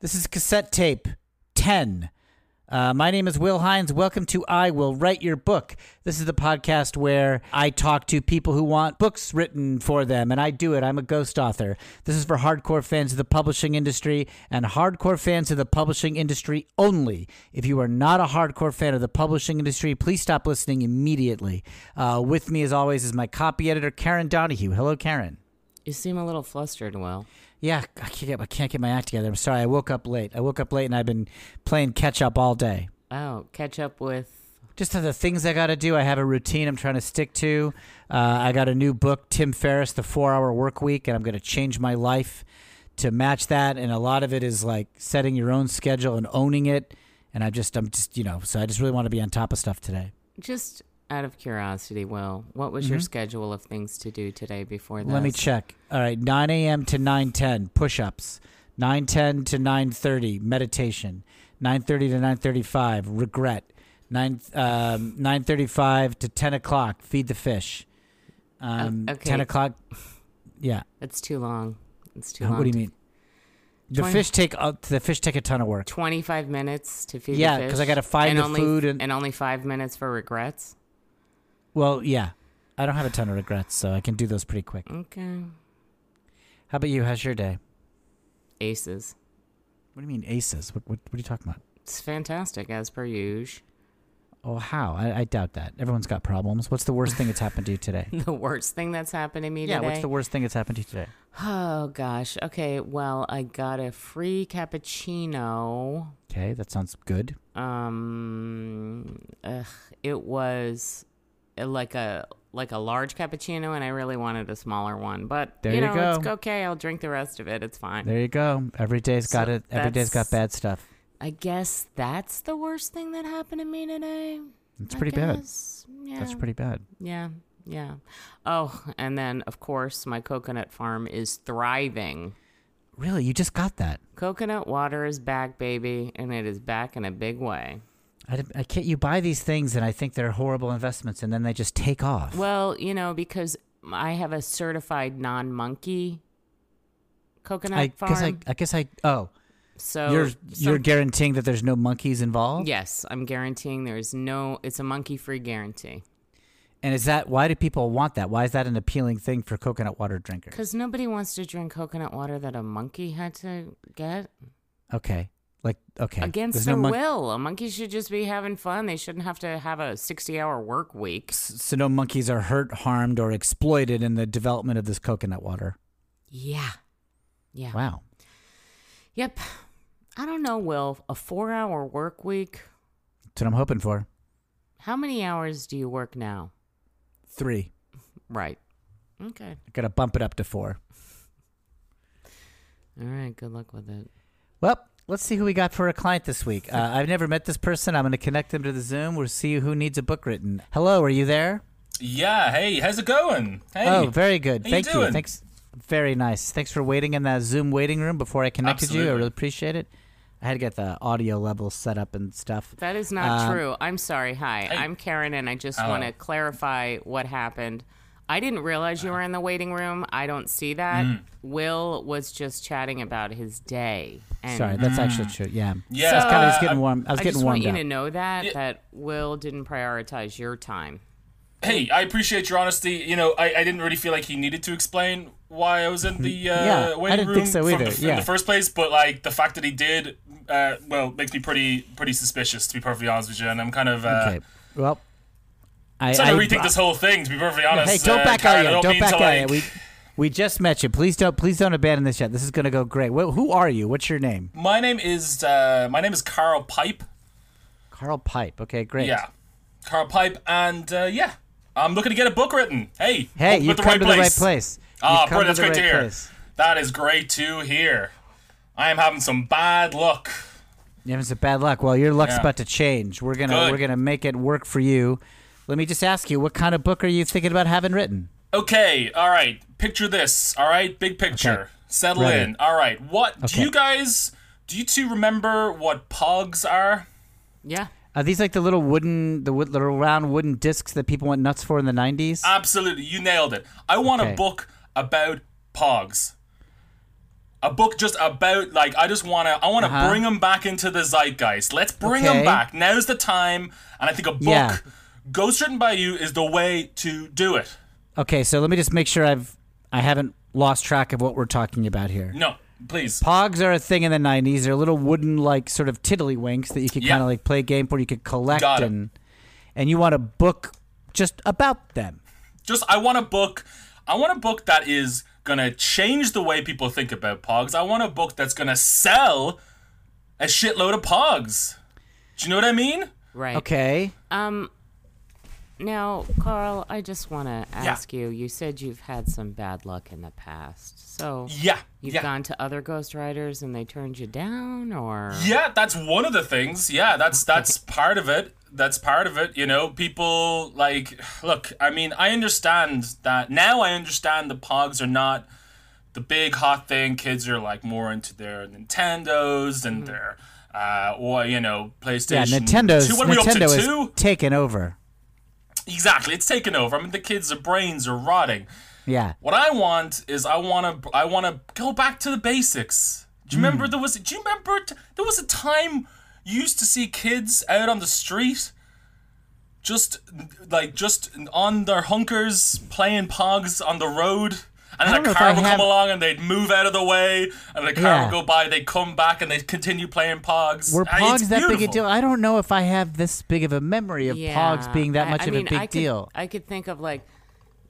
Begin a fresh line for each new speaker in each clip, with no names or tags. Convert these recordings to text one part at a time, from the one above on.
This is cassette tape 10. Uh, my name is Will Hines. Welcome to I Will Write Your Book. This is the podcast where I talk to people who want books written for them, and I do it. I'm a ghost author. This is for hardcore fans of the publishing industry and hardcore fans of the publishing industry only. If you are not a hardcore fan of the publishing industry, please stop listening immediately. Uh, with me, as always, is my copy editor, Karen Donahue. Hello, Karen.
You seem a little flustered, Will.
Yeah, I can't, get, I can't get my act together. I'm sorry. I woke up late. I woke up late and I've been playing catch up all day.
Oh, catch up with.
Just the things I got to do. I have a routine I'm trying to stick to. Uh, I got a new book, Tim Ferriss, The Four Hour Work Week, and I'm going to change my life to match that. And a lot of it is like setting your own schedule and owning it. And I just, I'm just, you know, so I just really want to be on top of stuff today.
Just out of curiosity, Will, what was your schedule of things to do today before this?
Mm-hmm. Let me check. All right, 9 a.m. to 9:10 push-ups. 9:10 to 9:30 meditation. 9:30 to 9:35 regret. 9 um, 9:35 to 10 o'clock feed the fish. Um,
Oh, okay.
10 o'clock. Yeah.
It's too long. It's too
Uh,
long.
What do you mean? The
20
fish take uh, the fish take a ton of work.
Twenty-five minutes to feed.
Yeah,
the
'cause
fish
I gotta find
and
the
only,
food and-
only five minutes for regrets.
Well, yeah. I don't have a ton of regrets, so I can do those pretty quick.
Okay,
How about you? How's your day?
aces.
What do you mean aces? What what, what are you talking about?
It's fantastic as per usual.
Oh, how? I, I doubt that. Everyone's got problems. What's the worst thing that's happened to you today?
The worst thing that's happened to me
Yeah,
today.
what's the worst thing that's happened to you today?
oh gosh. Okay. Well, I got a free cappuccino
Okay, that sounds good.
um ugh, it was uh, like a like a large cappuccino and i really wanted a smaller one but
There
you
you
know it's
go.
okay i'll drink the rest of it it's fine
There you go. Every day's
So
got it. Every day's got
that's-
bad stuff.
i guess that's the worst thing that happened to me today
It's
I
pretty bad.
guess. yeah
That's pretty bad.
yeah yeah oh and then of course my coconut farm is thriving
Really, you just got that.
coconut water is back baby and it is back in a big way
I, didn't- I can't. You buy these things, and I think they're horrible investments, and then they just take off.
Well, you know, because I have a certified non monkey coconut
I
farm.
guess I, I guess I. Oh,
so
you're
so-
you're guaranteeing that there's no monkeys involved.
yes, I'm guaranteeing there is no. It's a monkey free guarantee
And is that why do people want that? Why is that an appealing thing for coconut water drinkers?
because nobody wants to drink coconut water that a monkey had to get
Okay, like okay,
against
there's
their
no mon-
will. A monkey should just be having fun. They shouldn't have to have a sixty hour work week.
So no monkeys are hurt, harmed, or exploited in the development of this coconut water.
Yeah, yeah.
Wow.
Yep. I don't know. Will a four hour work week?
That's what I'm hoping for.
How many hours do you work now?
Three.
Right. Okay.
I gotta bump it up to four.
All right, good luck with it.
Well, let's see who we got for a client this week. Uh, I've never met this person. I'm gonna connect them to the Zoom. We'll see who needs a book written. Hello, are you there?
Yeah, hey, how's it going? Hey.
Oh, very good.
How you
Thank you.
doing?
Thanks. Very nice. Thanks for waiting in that Zoom waiting room before I connected you. I
Absolutely.
really appreciate it. I had to get the audio level set up and stuff.
That is not
Um,
true. I'm sorry. Hi, I'm Karen, and I Oh. just want to clarify what happened. I didn't realize you were in the waiting room. I don't see that. Will was just chatting about his day. And
Sorry, that's actually true. Yeah.
Yeah.
I was kind of just
So,
getting
uh,
warm. I was
I
getting
just
warmed
want you
up.
to know that that Will didn't prioritize your time.
Hey, I appreciate your honesty. You know, I, I didn't really feel like he needed to explain why I was in the uh,
Yeah, I
waiting
didn't
room
think so
from
either,
the f-
yeah.
in the first place, but like the fact that he did, uh, well, makes me pretty pretty suspicious to be perfectly honest with you. And I'm kind of uh,
Okay. Well, I,
starting
I-
to rethink this whole thing. To be perfectly honest,
Hey, don't
uh,
back out
Karen, I
yet.
don't,
Don't
mean
back
to,
out yet.
like-
We we just met you. Please don't please don't abandon this yet. This is gonna go great. Wh- who are you? What's your name?
My name is uh, my name is Carl Pipe.
Carl Pipe. Okay, great.
Yeah, Carl Pipe, and uh, yeah, I'm looking to get a book written. Hey,
Hey,
hope
you've
at the
come
right
to
place.
the right place.
Ah,
You've come
bro, that's
the
great to
right
hear.
place.
That is great to hear. I am having some bad luck.
You're having some bad luck. Well, your luck's
Yeah.
about to change. We're gonna
Good.
we're gonna make it work for you. Let me just ask you, what kind of book are you thinking about having written?
Okay, all right. Picture this. All right, big picture.
Okay.
Settle
Ready.
in. All right. What
Okay.
do you guys? Do you two remember what pogs are?
Yeah.
Are these like the little wooden, the wood, little round wooden discs that people went nuts for in the '90s?
Absolutely, you nailed it. I want
Okay.
a book about pogs. a book just about like I just wanna I wanna
Uh-huh.
bring them back into the zeitgeist. Let's bring
Okay.
them back. Now's the time, and I think a book,
Yeah.
Ghost Written by You, is the way to do it.
Okay, so let me just make sure I've I haven't lost track of what we're talking about here.
No, please.
Pogs are a thing in the '90s. They're little wooden, like sort of tiddlywinks that you could
Yeah.
kind of like play a game for. You could collect
Got it.
and and you want a book just about them.
Just I want a book. I want a book that is gonna change the way people think about Pogs. I want a book that's gonna sell a shitload of Pogs. Do you know what I mean?
Right.
Okay.
Um. Now, Carl, I just want to ask you. You said you've had some bad luck in the past, so
Yeah.
you've
yeah.
gone to other ghostwriters and they turned you down, or
Yeah, that's one of the things. Yeah, that's that's part of it. That's part of it. You know, people like look. I mean, I understand that now. I understand the Pogs are not the big hot thing. Kids are like more into their Nintendos and their. Uh, or you know,
Mm-hmm. Yeah,
PlayStation.
Nintendo's
Two. What are we up to?
Nintendo
two?
is taken over.
Exactly, it's taken over. I mean, the kids' brains are rotting.
Yeah.
What I want is I want to I want to go back to the basics. Do
Hmm.
you remember there was Do you remember t- there was a time you used to see kids out on the street just like just on their hunkers playing pogs on the road and
don't
then
know
a
if
car
I
would
have-
come along and they'd move out of the way and the car
Yeah.
would go by they'd come back and they'd continue playing pogs.
Were
I mean, it's
Pogs that big a
beautiful.
deal? I don't know if I have this big of a memory of Pogs being that
I-
much
I
of
mean,
a big
I could-
deal.
I could think of like,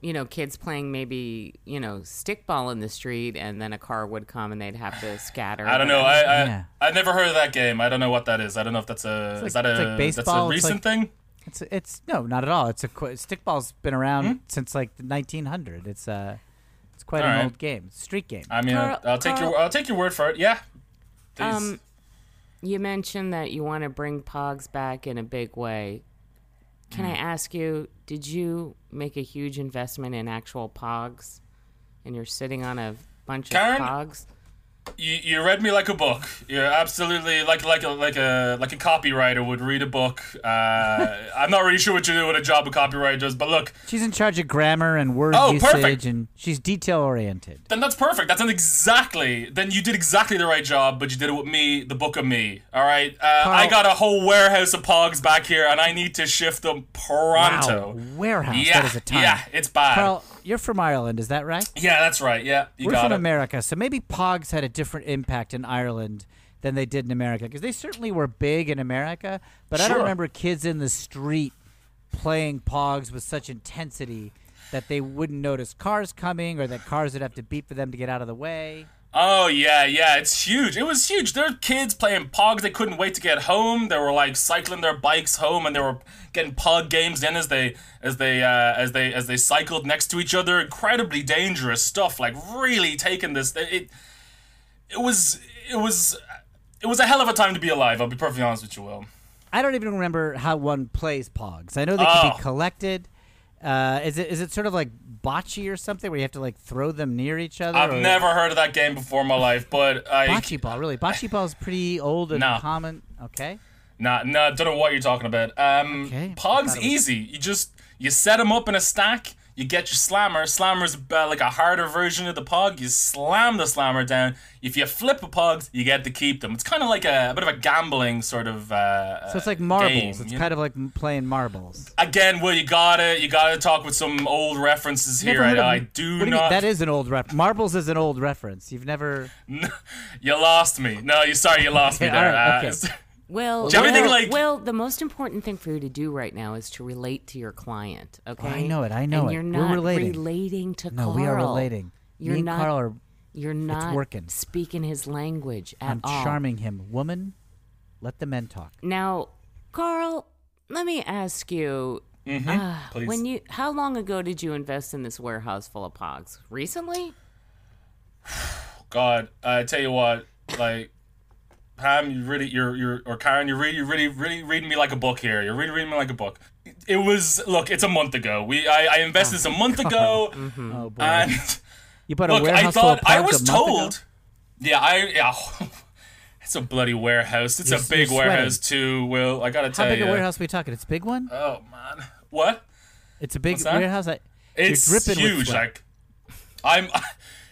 you know, kids playing maybe you know stickball in the street, and then a car would come and they'd have to scatter.
I don't know. I I
Yeah.
I've never heard of that game. I don't know what that is. I don't know if that's a
like-
is that
it's like
a that's a
baseball, it's like-
recent thing.
It's it's no, not at all. It's a qu- stickball's been around since like the 1900. It's uh it's quite an
Hmm? All right. Uh,
old game, It's a street game.
I mean,
Carl-
I'll take
Carl-
your I'll take your word for it. Yeah. Please.
Um, You mentioned that you want to bring Pogs back in a big way. Can
Mm.
I ask you, did you make a huge investment in actual Pogs and you're sitting on a bunch
Karen?
of Pogs?
you, you read me like a book. You're absolutely like like a like a like a copywriter would read a book. Uh, I'm not really sure what you do what a job a copywriter does, but look,
She's in charge of grammar and word
Oh,
usage,
perfect.
and she's detail oriented.
then that's perfect. That's an exactly. Then you did exactly the right job, but you did it with me, the book of me. All right, uh, I
Carl-
got a whole warehouse of pogs back here, and I need to shift them pronto.
warehouse.
Yeah,
that is a time.
yeah, it's bad.
Carl, you're from Ireland, is that right?
yeah, that's right. Yeah, you
We're
got
from
it.
America, so maybe Pogs had a different impact in Ireland than they did in America because they certainly were big in America, but I don't
Sure.
remember kids in the street playing Pogs with such intensity that they wouldn't notice cars coming or that cars would have to beep for them to get out of the way.
Oh yeah, yeah, it's huge. It was huge. There were kids playing Pogs. They couldn't wait to get home. They were like cycling their bikes home, and they were getting Pog games in as they as they uh, as they as they cycled next to each other. Incredibly dangerous stuff. Like really taking this. It it was it was it was a hell of a time to be alive. I'll be perfectly honest with you, Will.
I don't even remember how one plays Pogs. I know they can
Oh.
be collected. Uh, is it is it sort of like bocce or something where you have to like throw them near each other?
I've
or-
never heard of that game before in my life, but I
bocce ball really. Bocce ball is pretty old and
No.
common. Okay.
Nah, nah, don't know what you're talking about. Um,
Okay, I
Pog's
thought it was-
easy. You just you set them up in a stack. You get your slammer. Slammer's uh, like a harder version of the pog. You slam the slammer down. If you flip a pogs, you get to keep them. It's kind of like a, a bit of a gambling sort of. Uh,
So it's like marbles.
Game,
it's
you
kind of like m- playing marbles.
Again, Will, you gotta you gotta talk with some old references here.
Never heard
I,
of-
I
What
do
do you mean?
not.
That is an old ref. Marbles is an old reference. You've never.
you lost me. No, you sorry, you lost me
Okay,
there.
alright,
Uh,
okay.
Well,
Do you have
well,
anything like-
well, the most important thing for you to do right now is to relate to your client. Okay,
I know it, I know
and
it.
You're
We're
not
relating.
relating to
No,
Carl.
we are relating.
You're
Me and
not.
Carl are.
you're not
working.
speaking his language at
I'm
all.
charming him, woman. Let the men talk.
Now, Carl, let me ask you.
Mm-hmm.
ah,
please.
When you, how long ago did you invest in this warehouse full of pogs? Recently?
God, I tell you what, like Pam, you really, you're, you're, or Karen, you're really, you're really, really reading me like a book here. You're really reading me like a book. It was, look, it's a month ago. We, I, I invested this a month ago,
Oh boy!
and
you bought a
look,
warehouse
I
full of
thought I
pogs
was
a month ago?
told. Yeah, I, yeah, it's a bloody warehouse. It's
You're-
a big
you're
warehouse too. Will I gotta
How
tell
big
you?
a warehouse are we talking? It's a big one.
Oh man, what?
It's a big
that?
warehouse. I,
It's
you're dripping
huge.
With sweat.
like, I'm.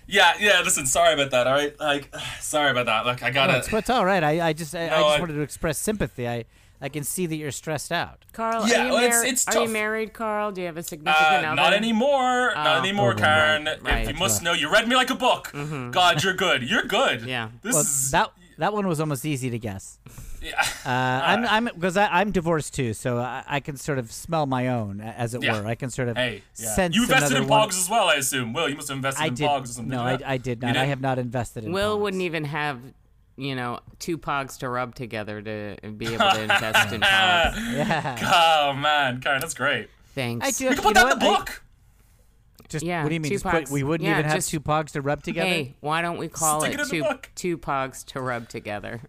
Yeah, yeah. Listen, sorry about that. All right, like, sorry about that. Like, I gotta.
Oh, It's, it's all right. I, I just I, I
No,
just
I-
wanted to express sympathy. I I can see that you're stressed out.
Carl,
Yeah,
are, you
well, it's-
mar-
it's
are you
tough.
married, Carl? Do you have a significant
Uh,
other?
not anymore.
Oh.
Not anymore,
Okay,
Karen.
right,
if
right. Mm-hmm.
you must know, you read me like a book. God, you're good. You're good.
Yeah.
This
Well,
is
that that one was almost easy to guess.
yeah.
Uh, I'm I'm because I'm divorced too, so I, I can sort of smell my own, a- as it
Yeah.
were. I can sort of
Hey, yeah.
sense
you invested
another
in Pogs
one.
as well, I assume. Will, you must have invested
I
in
did
Pogs or something.
no,
like
I, I did not. I
didn't?
have not invested in.
Will
Pogs.
wouldn't even have, you know, two pogs to rub together to be able to invest in pogs.
Yeah.
that. Oh man, Karen, that's great.
Thanks.
I do-
We
You
can put
know
that in the
what? I-
book.
Just
Yeah,
what do you mean?
two
Just put,
pogs.
we wouldn't
Yeah,
even have
just-
two pogs to rub together.
Hey, why don't we call
Stick
it,
it in the
two,
book.
two pogs to rub together?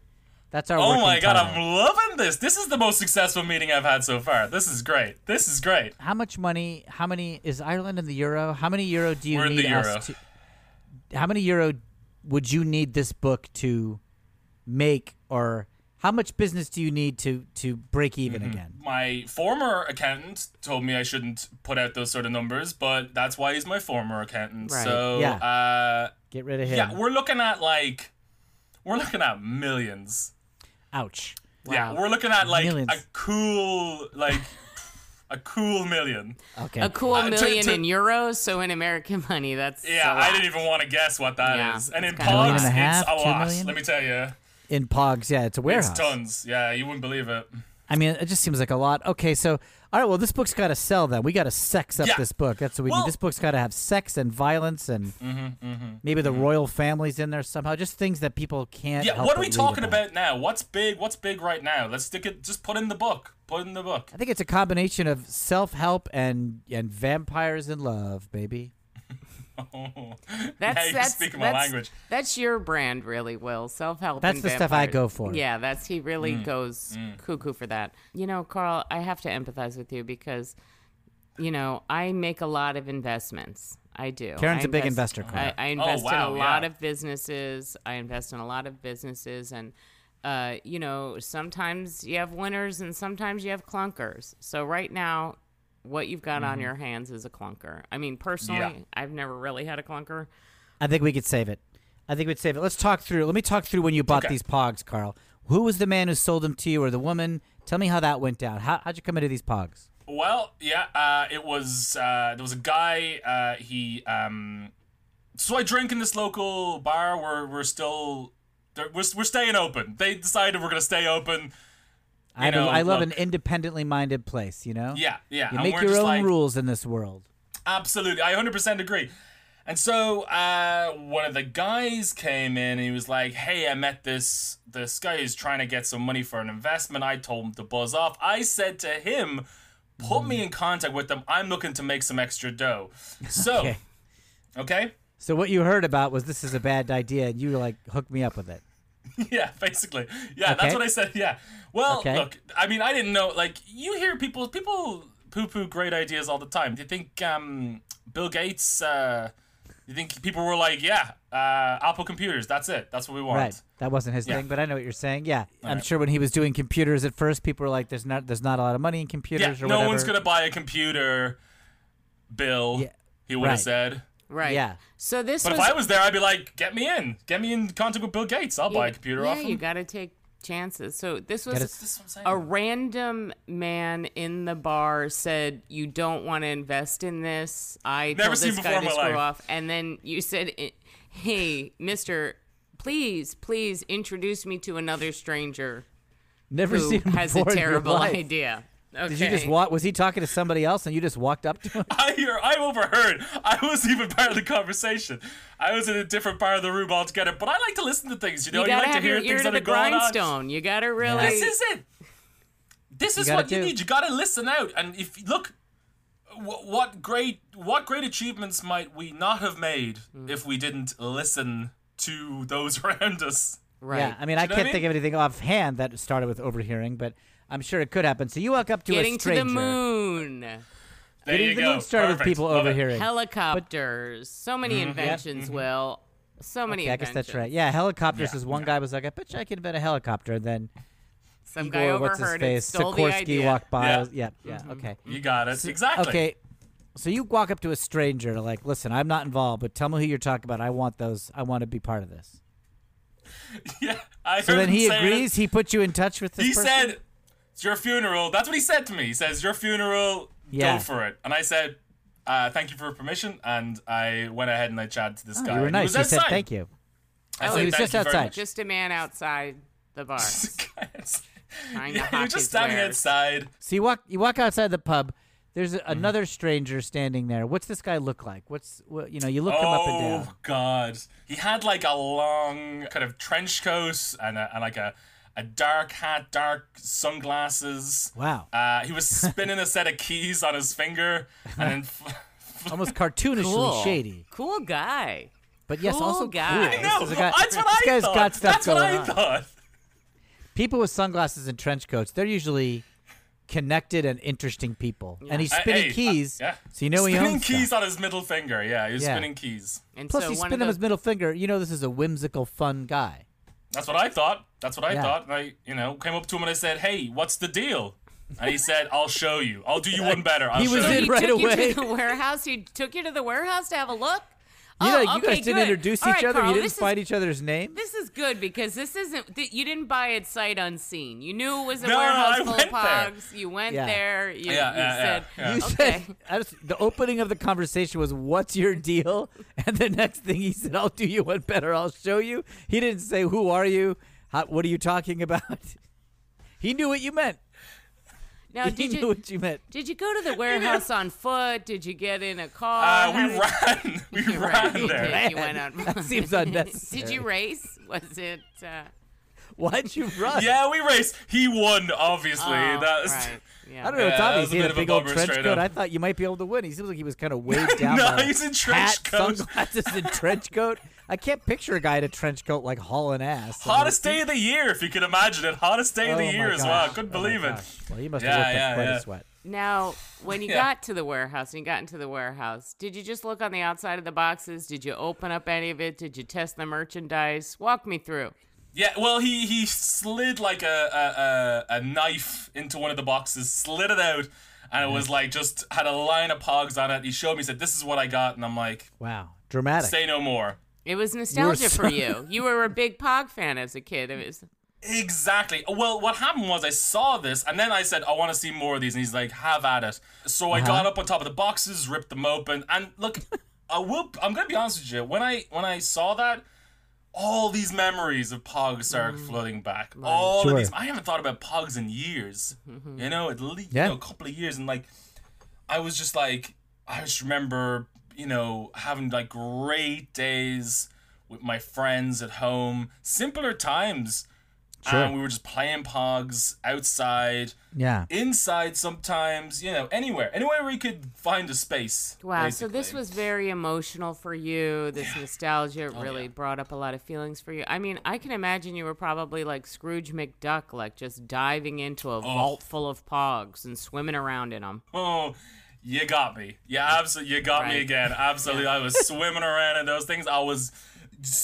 That's our.
Oh
working
my god,
title.
I'm loving this. This is the most successful meeting I've had so far. This is great. This is great.
How much money? How many is Ireland in the euro? How many euro do you
We're in
need
the euro.
us to? How many euro would you need this book to make, or how much business do you need to to break even
Mm-hmm.
again?
My former accountant told me I shouldn't put out those sort of numbers, but that's why he's my former accountant.
Right,
So
yeah.
uh
Get rid of him.
yeah, we're looking at like we're looking at millions.
Ouch.
Yeah,
Wow.
we're looking at like
Millions.
a cool like a cool million.
Okay.
A cool
Uh, to-
million
to-
in euros, so in American money, that's
Yeah,
a
I
lot.
didn't even want to guess what that is.
Yeah,
And in
it's kinda- Million
pogs,
and
a half,
it's a
two
lot.
million?
Let me tell you,
In pogs, yeah, it's a
it's
warehouse.
tons. Yeah, you wouldn't believe it.
I mean, it just seems like a lot. Okay, so all right, well, this book's got to sell. Then we got to sex up
Yeah.
this book. That's what we
Well- Mm-hmm,
need. This book's got to have sex and violence and maybe the royal family's in there somehow. Just things that people can't.
Yeah,
help
what are
but
we
read
talking about now? What's big? What's big right now? Let's stick it. Just put in the book. Put in the book.
I think it's a combination of self help and and vampires in love, baby.
That's
Now you're
that's
speaking my
that's,
language.
That's your brand, really, Will. Self help.
That's the stuff I go for.
Yeah, that's he really
Mm.
goes cuckoo for that. You know, Carl, I have to empathize with you because, you know, I make a lot of investments. I do.
Karen's a
I
big investor, Carl.
I, I invest
Oh, wow,
in a
yeah.
lot of businesses. I invest in a lot of businesses, and uh, you know, sometimes you have winners and sometimes you have clunkers. So right now, what you've got on your hands is a clunker. I mean, personally,
Mm-hmm. Yeah.
I've never really had a clunker.
I think we could save it. I think we'd save it. Let's talk through. Let me talk through when you bought
Okay.
these pogs, Carl. Who was the man who sold them to you, or the woman? Tell me how that went down. How, how'd you come into these pogs?
Well, yeah, uh, it was uh, there was a guy. Uh, he um, so I drink in this local bar. We're we're still there- we're we're staying open. They decided we're gonna stay open.
I,
You
don't-
know,
I love an
look.
independently minded place. You know.
Yeah, yeah.
You
and
make
we're
your
just
own
like,
rules in this world.
Absolutely, I 100% agree. And so uh, one of the guys came in and he was like, "Hey, I met this this guy who's trying to get some money for an investment." I told him to buzz off. I said to him, "Put
Mm.
me in contact with them. I'm looking to make some extra dough." So,
Okay.
okay.
So what you heard about was this is a bad idea, and you like hooked me up with it.
Yeah, basically. Yeah,
Okay.
that's what I said. Yeah. Well,
Okay.
look, I mean, I didn't know. Like, you hear people people poo poo great ideas all the time. Do you think um, Bill Gates? Uh, you think people were like, yeah, uh, Apple computers. That's it. That's what we want.
Right. That wasn't his
Yeah.
thing, but I know what you're saying. Yeah. I'm sure when he was doing computers at first, people were like, "There's not, there's not a lot of money in
Yeah.
computers or
No
whatever."
one's gonna buy a computer, Bill.
Yeah,
He would have
right.
said.
Right.
Yeah.
So this
But
was.
if I was there, I'd be like, get me in. Get me in contact with Bill Gates. I'll buy a computer
yeah,
off him.
you got to take chances. So this was
That is-
That's what I'm saying.
a random man in the bar said, "You don't want to invest in this." I
Never
told
seen
this
before
guy
in
to
my
screw
life.
off, and then you said, "Eh, "Hey, Mister, please, please introduce me to another stranger
Never
who
seen him
has a
before in your
terrible
life.
idea." Okay.
Did you just walk? Was he talking to somebody else, and you just walked up to him?
I hear I overheard. I wasn't even part of the conversation. I was in a different part of the room altogether. But I like to listen to things, you know.
You
You,
gotta
like to
have
hear
your
things
ear to
that
the
are going on.
grindstone. You gotta really.
This is it. This is
gotta
what you
do.
need. You gotta listen out. And if look, wh- what great what great achievements might we not have made
Mm.
if we didn't listen to those around us?
right.
Yeah. I mean, I
know what
can't
I
think
mean?
of anything offhand that started with overhearing, but I'm sure it could happen. So you walk up to
Getting
a
to the
stranger.
moon.
There
Getting
you
to
go.
the moon started
Perfect.
with people
Love it.
overhearing.
Helicopters. so many inventions,
Mm-hmm.
Will. So many
yeah, Mm-hmm. I guess
inventions.
that's right. Yeah, helicopters
Yeah,
is one guy was like, "I bet you I can invent a helicopter." And then
Some guy
Igor, what's his
overheard it,
face?
stole the
Sikorsky
idea. Mm-hmm.
walked by.
Yeah.
I was- Yeah, yeah, okay.
You got it exactly.
Okay. So you walk up to a stranger to like, listen, I'm not involved, but tell me who you're talking about. I want those. I want to be part of this.
yeah, I
So
heard
then
him
he
say it.
agrees. He puts you in touch with this.
He
person?
said, "It's your funeral." That's what he said to me. He says, "Your funeral.
Yeah.
Go for it." And I said, uh, "Thank you for permission." And I went ahead and I chatted to this
Oh,
guy.
you were
and
nice.
He
He
was
said
outside.
thank you.
I
Oh,
said,
he was
"Thank
just
you very
outside.
much."
Just a man outside the bar.
This guy is-
trying to
yeah, he
hawk
was just
his
standing
wares.
outside.
So you walk you walk outside the pub. There's
Mm-hmm.
a, another stranger standing there. What's this guy look like? What's what, you know? You look him up and down.
Oh god, he had like a long kind of trench coat and, a, and like a, a dark hat, dark sunglasses.
Wow,
Uh, he was spinning a set of keys on his finger, and then
almost cartoonishly
Cool.
shady.
Cool guy.
But yes,
Cool
also
Oh,
guy.
cool.
I
no,
This is a guy-
that's what
this
I
guy's
thought.
got stuff
that's what
going
I
on.
thought.
People with sunglasses and trench coats, they're usually connected and interesting people. And he's
Uh,
spinning
hey, uh,
keys,
yeah.
so you know he
spinning
owns
keys
stuff.
on his middle finger. Yeah, he was
Yeah.
spinning keys.
And
Plus,
so
he
one
spinning
of
him
those,
his middle finger. You know, this is a whimsical, fun guy.
That's what I thought. That's what I
Yeah.
thought. And I, you know, came up to him and I said, "Hey, what's the deal?" And he said, "I'll show you. I'll do you one better. I'll
He
show
was
you."
in
he
right
took
away.
you to the warehouse. He took you to the warehouse to have a look.
You,
oh,
know, you
okay,
guys didn't
good.
introduce
All
each
right,
other.
Carl,
you didn't
this is-
find each other's name.
This is good because this isn't. Th- you didn't buy it sight unseen. You knew it was a
No, no,
warehouse
I
full of
went there.
pogs. You went
Yeah.
there. You,
Yeah,
you
yeah, yeah,
said,
yeah.
You
"Okay."
said I just, the opening of the conversation was "What's your deal?" and the next thing he said, "I'll do you one better. I'll show you." He didn't say, "Who are you? How, what are you talking about?" He knew what you meant.
Now,
he
Oh, did
knew
you
what you meant.
did you go to the warehouse on foot? Did you get in a car?
Uh,
How
we
did-
ran. We
You ran.
ran
You
there.
did. You went on.
That seems unnecessary.
Did you race? Was it? Uh,
Why'd you run?
Yeah, we raced. He won, obviously.
oh,
That's
right. Yeah.
I don't know. It's
Yeah, that
obvious
was a
he had a
bit of a
big old
bummer
trench
straight
coat.
up.
I thought you might be able to win. He seems like he was kind of weighed down.
No,
by a
he's in trench
hat,
coat.
sunglasses, and trench coat. I can't picture a guy in a trench coat like hauling ass. I mean,
hottest day of the year, if you can imagine it. Hottest day of the
oh my
year as
gosh.
well. I
Oh
couldn't
my
believe it.
gosh. Well, you must
Yeah,
have worked up
yeah,
quite
yeah.
a sweat.
Now, when you
Yeah.
got to the warehouse and you got into the warehouse, did you just look on the outside of the boxes? Did you open up any of it? Did you test the merchandise? Walk me through.
Yeah, well, he he slid like a a, a, a knife into one of the boxes, slid it out, and it was like just had a line of pogs on it. He showed me, said, "This is what I got," and I'm like,
Wow, dramatic.
"Say no more."
It was nostalgia
so-
for you. You were a big Pog fan as a kid. It was,
Exactly. Well, what happened was I saw this, and then I said, "I want to see more of these," and he's like, "Have at it." So I
Uh-huh.
got up on top of the boxes, ripped them open, and look, I will. I'm gonna be honest with you. When I when I saw that. All these memories of Pogs start flooding back. All
Mm. Sure. Mm-hmm.
of these. I haven't thought about Pogs in years. You know, at least
Yeah.
you know, a couple of years, and like I was just like, I just remember, you know, having like great days with my friends at home, simpler times.
Sure.
And we were just playing pogs outside,
Yeah.
inside sometimes, you know, anywhere, anywhere where you could find a space.
wow. So this
basically.
was very emotional for you. This nostalgia
Oh,
really brought up a lot of feelings for you. I mean, I can imagine you were probably like Scrooge McDuck, like just diving into a vault full of Pogs and swimming around in them.
Oh, you got me. Yeah, absolutely. You got me
Right.
again. Absolutely. I was swimming around in those things. I was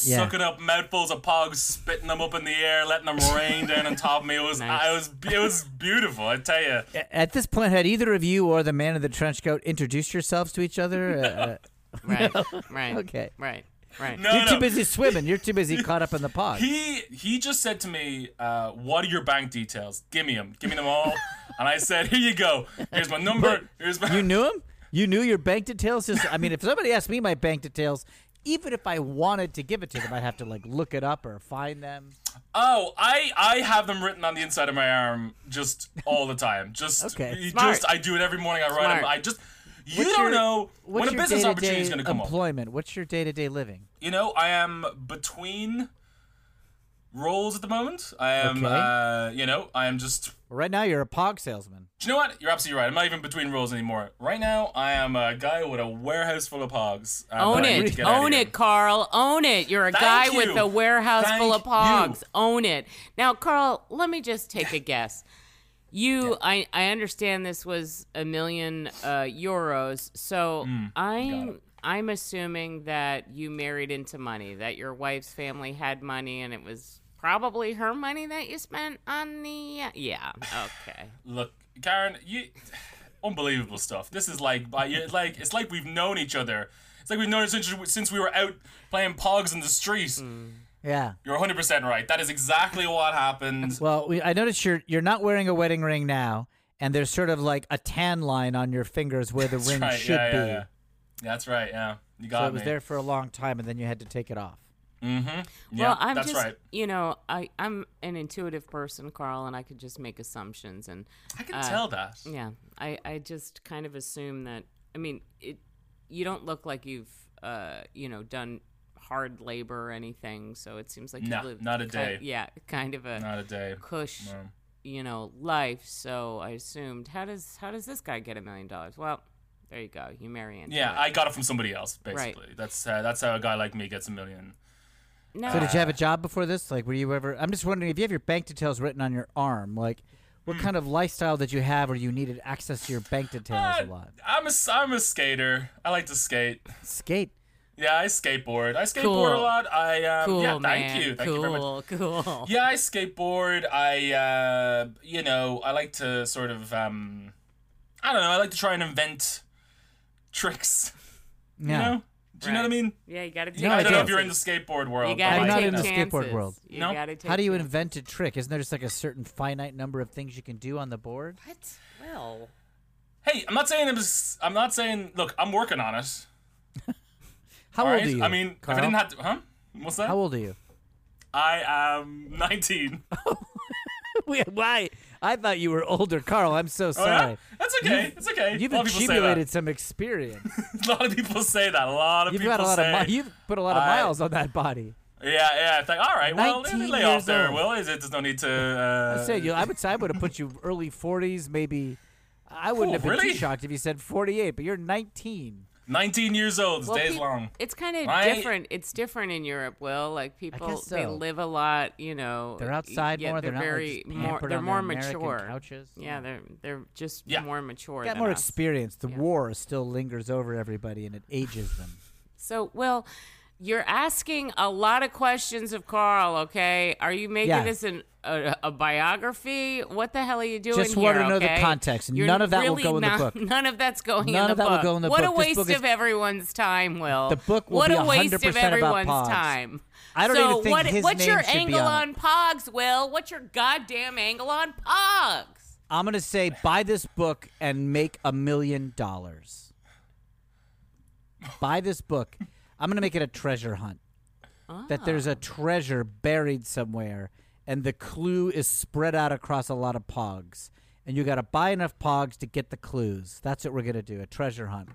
Yeah.
sucking up mouthfuls of pogs, spitting them up in the air, letting them rain down on top of me. It was,
Nice.
I was, it was beautiful. I tell you.
A- At this point, had either of you or the man in the trench coat introduced yourselves to each other? Uh,
Right. Right.
Okay.
Right. Right.
No,
uh, you're
no.
too busy swimming. You're too busy caught up in the pod.
He he just said to me, uh, "What are your bank details? Give me them. Give me them all." and I said, "Here you go. Here's my number. Here's my."
You knew him? You knew your bank details? Just, I mean, if somebody asked me my bank details, even if I wanted to give it to them, I'd have to like look it up or find them.
oh, I I have them written on the inside of my arm just all the time. Just
Okay.
you
Smart.
just I do it every morning. I write
Smart.
them. I just you
What's
don't
your-
know when
what's
a
your
business opportunity is
day-to-day
going to come up.
employment? What's your day to day living?
You know, I am between roles at the moment. I am,
Okay.
uh, you know, I am just
Right now, you're a pog salesman.
Do you know what? You're absolutely right. I'm not even between roles anymore. Right now, I am a guy with a warehouse full of pogs. uh,
Own
that I need to
it.
get out of
Own
here.
it, Carl. Own it. You're a
Thank
guy
you.
with a warehouse full of
Thank
pogs.
you.
Own it. Now, Carl, let me just take a guess. You, I, I understand this was a million uh, euros. So
Mm.
I'm, I'm assuming that you married into money, that your wife's family had money, and it was probably her money that you spent on the. Yeah. uh, Okay.
Look, Karen, you. unbelievable stuff. This is like, by- yeah, like it's like we've known each other. It's like we've known each other since we were out playing pogs in the street.
Mm. Yeah.
You're 100 percent right. That is exactly what happened.
Well, we, I noticed you're you're not wearing a wedding ring now, and there's sort of like a tan line on your fingers where the ring
right?
should
yeah,
be.
yeah, yeah. That's right. Yeah, you got
So it was
me.
there for a long time, and then you had to take it off.
Yeah,
well, I'm
that's
just,
right.
you know, I, I'm an intuitive person, Carl, and I could just make assumptions. And
I can
uh,
tell that.
yeah, I, I just kind of assume that, I mean, it, you don't look like you've, uh, you know, done hard labor or anything. So it seems like
No,
you've lived
not a
ki-
day.
yeah, kind of a
Not a day. Um,
cush, you know, life. So I assumed, how does, how does this guy get a million dollars? Well, there you go. You marry into
Yeah,
it.
I got it from somebody else. Basically, that's uh, that's how a guy like me gets a million.
no,
uh,
So did you have a job before this? Like, were you ever? I'm just wondering if you have your bank details written on your arm, like.
Hmm.
What kind of lifestyle did you have, or you needed access to your bank details
Uh,
a lot?
I'm a s- I'm a skater. I like to skate.
Skate.
Yeah, I skateboard. I skateboard
Cool.
a lot. I um,
cool,
yeah, thank
man.
you, thank
cool,
you very much.
cool.
Yeah, I skateboard. I uh, you know I like to sort of um, I don't know. I like to try and invent tricks.
No,
You know? Do you know what I mean?
Yeah, you gotta take.
No,
I don't know if
do.
you're in the skateboard world.
You
but
gotta
I'm
like,
not
take
you
in the
know.
skateboard
chances.
world.
You
No?
gotta take
How do you
chances.
invent a trick? Isn't there just like a certain finite number of things you can do on the board?
What? Well,
Hey, I'm not saying I'm, s- I'm not saying. Look, I'm working on it.
How
All
old
right.
are you?
I mean,
Carl?
if I didn't have to, huh? What's that?
How old are you?
I am 19.
Why? I thought you were older, Carl. I'm so
Oh, yeah?
sorry.
That's okay. It's okay.
You've
a lot of people say
accumulated
that.
some experience.
A lot of people say that. A lot of
You've
people
got a lot
say.
of mi- you've put a lot of
I-
miles on that body.
yeah, yeah. It's like, all right, well,
19
lay off
years
there.
old.
Will is it? There's no need to. Uh,
I say you, I would say I would have put you early 40s, maybe. I wouldn't
Oh,
have been
really?
too shocked if you said 48, but you're 19.
19 years old. It's
well,
days
peop-
long.
It's kind of
Right?
different. It's different in Europe. Will like people
guess
they
so.
live a lot. You know,
They're outside
yet
more.
They're,
They're,
very
not like just
more.
pampered
They're
on
more
their American
mature.
couches.
Yeah, they're they're just
Yeah.
more mature.
got
than
more
us.
experience. The war still lingers over everybody, and it ages them.
So, Will, you're asking a lot of questions of Carl. Okay, are you making
Yeah.
this an, a, a biography? What the hell are you doing?
Just
here,
want to know the
okay?
context. None of that will
really
go in the
not-
book.
None of that's going
None
in the
of that will
book.
go in the
what
book.
a
This
waste
book is-
of everyone's time, Will.
The book will
what
be
a waste of
100% about
everyone's
Pogs.
time.
I don't
so
even think
what,
his
what's
name
your
should be
angle
on
on Pogs, Will? What's your goddamn angle on Pogs?
I'm gonna say buy this book and make a million dollars. Buy this book. I'm gonna make it a treasure hunt. That there's a treasure buried somewhere, and the clue is spread out across a lot of pogs. And you gotta buy enough pogs to get the clues. That's what we're gonna do. A treasure hunt.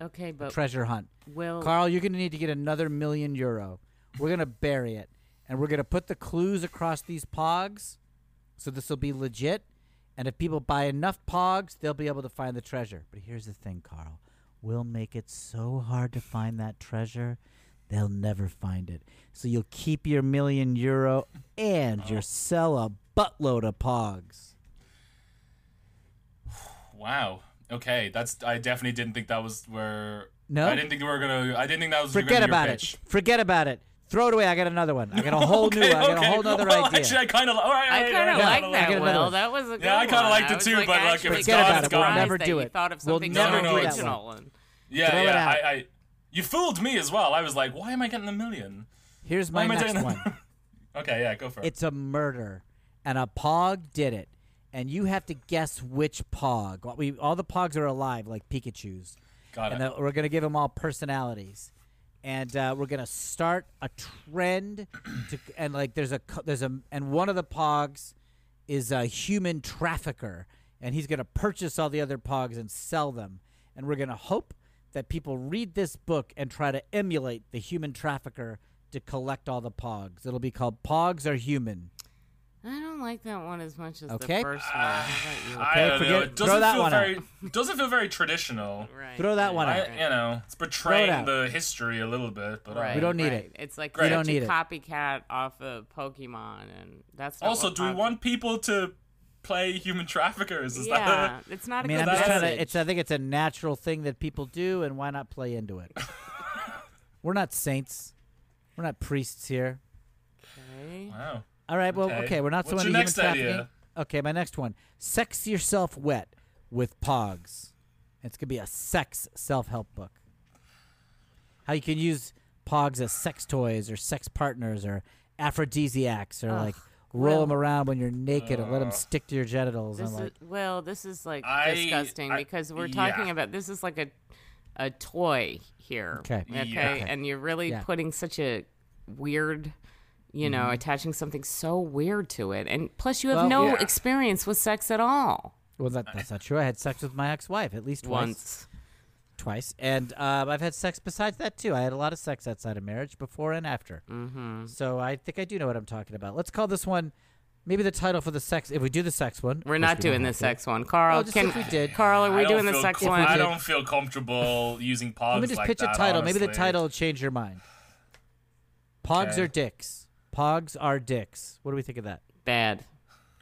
Okay, but
Treasure hunt.
Will,
Carl, you're gonna need to get another million euro. We're gonna bury it. And we're gonna put the clues across these pogs. So this will be legit. And if people buy enough pogs, they'll be able to find the treasure. But here's the thing, Carl. We'll make it so hard to find that treasure, they'll never find it. So you'll keep your million euro and you'll sell a buttload of pogs.
Wow. Okay, that's. I definitely didn't think that was where.
No?
I didn't think we were gonna. I didn't think that was. gonna
Forget
be your
about
pitch.
it. Forget about it. Throw it away. I got another one. I got a whole
okay,
new one. I got
okay.
a whole other
well,
idea.
Actually, I kind of. All right,
I
all right,
kind of
all right,
like
all right,
that,
I got
Will.
another one.
That was a good
I kinda
one.
liked it
was
too, but, like,
actually
if it's
Forget gone,
surprised
about it's gone. We'll never
that
do
you
it.
Thought of
We'll
something
never
so
do that one.
original. and-
Yeah,
Throw it out.
yeah. I, I, you fooled me as well. I was like, why am I getting a million?
Here's
Why
my
am I
next
doing-
one.
Okay, yeah, go for it.
It's a murder, and a pog did it. And you have to guess which pog. Well, We, all the pogs are alive, like Pikachu's.
Got
and
it.
the- we're going to give them all personalities. And uh, we're going to start a trend. To, and, like, there's a, co- there's a, and one of the pogs is a human trafficker. And he's going to purchase all the other pogs and sell them. And we're going to hope that people read this book and try to emulate the human trafficker to collect all the pogs. It'll be called Pogs Are Human.
I don't like that one as much as
Okay.
the first one. How about
I don't know.
forget-
It
throw
doesn't
that
feel
one out.
very. Doesn't feel very traditional.
you? Right.
Throw that one
I,
out.
you know, it's betraying
out.
the history a little bit, but uh, all
Right,
We don't need
right.
it.
It's like
Great.
such
don't need
a
it.
copycat off of Pokemon, and that's not
Also,
what
do we
Pokemon-
want people to play human traffickers? Is
Yeah,
that
it's not a
I mean,
good
I'm just trying
message.
to. It's. I think it's a natural thing that people do, and why not play into it? We're not saints. We're not priests here.
Okay.
wow?
All right. Well, okay.
Okay.
We're not so
What's
into
your
human
next
trafficking.
idea?
Okay, my next one: sex yourself wet. with Pogs. It's gonna be a sex self-help book. How you can use Pogs as sex toys or sex partners or aphrodisiacs or like roll them around when you're naked and let them stick to your genitals.
This
I'm like,
is, well, this is like
I-
disgusting
I-
because we're
yeah.
talking about this is like a a toy here.
Okay.
Okay.
Yeah.
And you're really
Yeah. Mm-hmm.
putting such a weird you know, attaching something so weird to it. And plus you have
Well-
no
Yeah.
experience with sex at all.
well, that, that's not true. I had sex with my ex-wife at least twice.
Once.
twice, and um, I've had sex besides that too. I had a lot of sex outside of marriage, before and after. Mm-hmm. So I think I do know what I'm talking about. Let's call this one maybe the title for the sex. If we do the sex one,
We're
which
not
we
doing
don't
the
have to.
sex one. Carl,
Oh, just
can
if we did.
Carl, are
I
we
don't
doing the
feel
sex
com-
one?
I don't feel comfortable using pogs.
Let me just
like
pitch
that,
a title. Maybe the
honestly.
title will change your mind. Pogs
Okay.
are dicks. Pogs are dicks. What do we think of that?
Bad.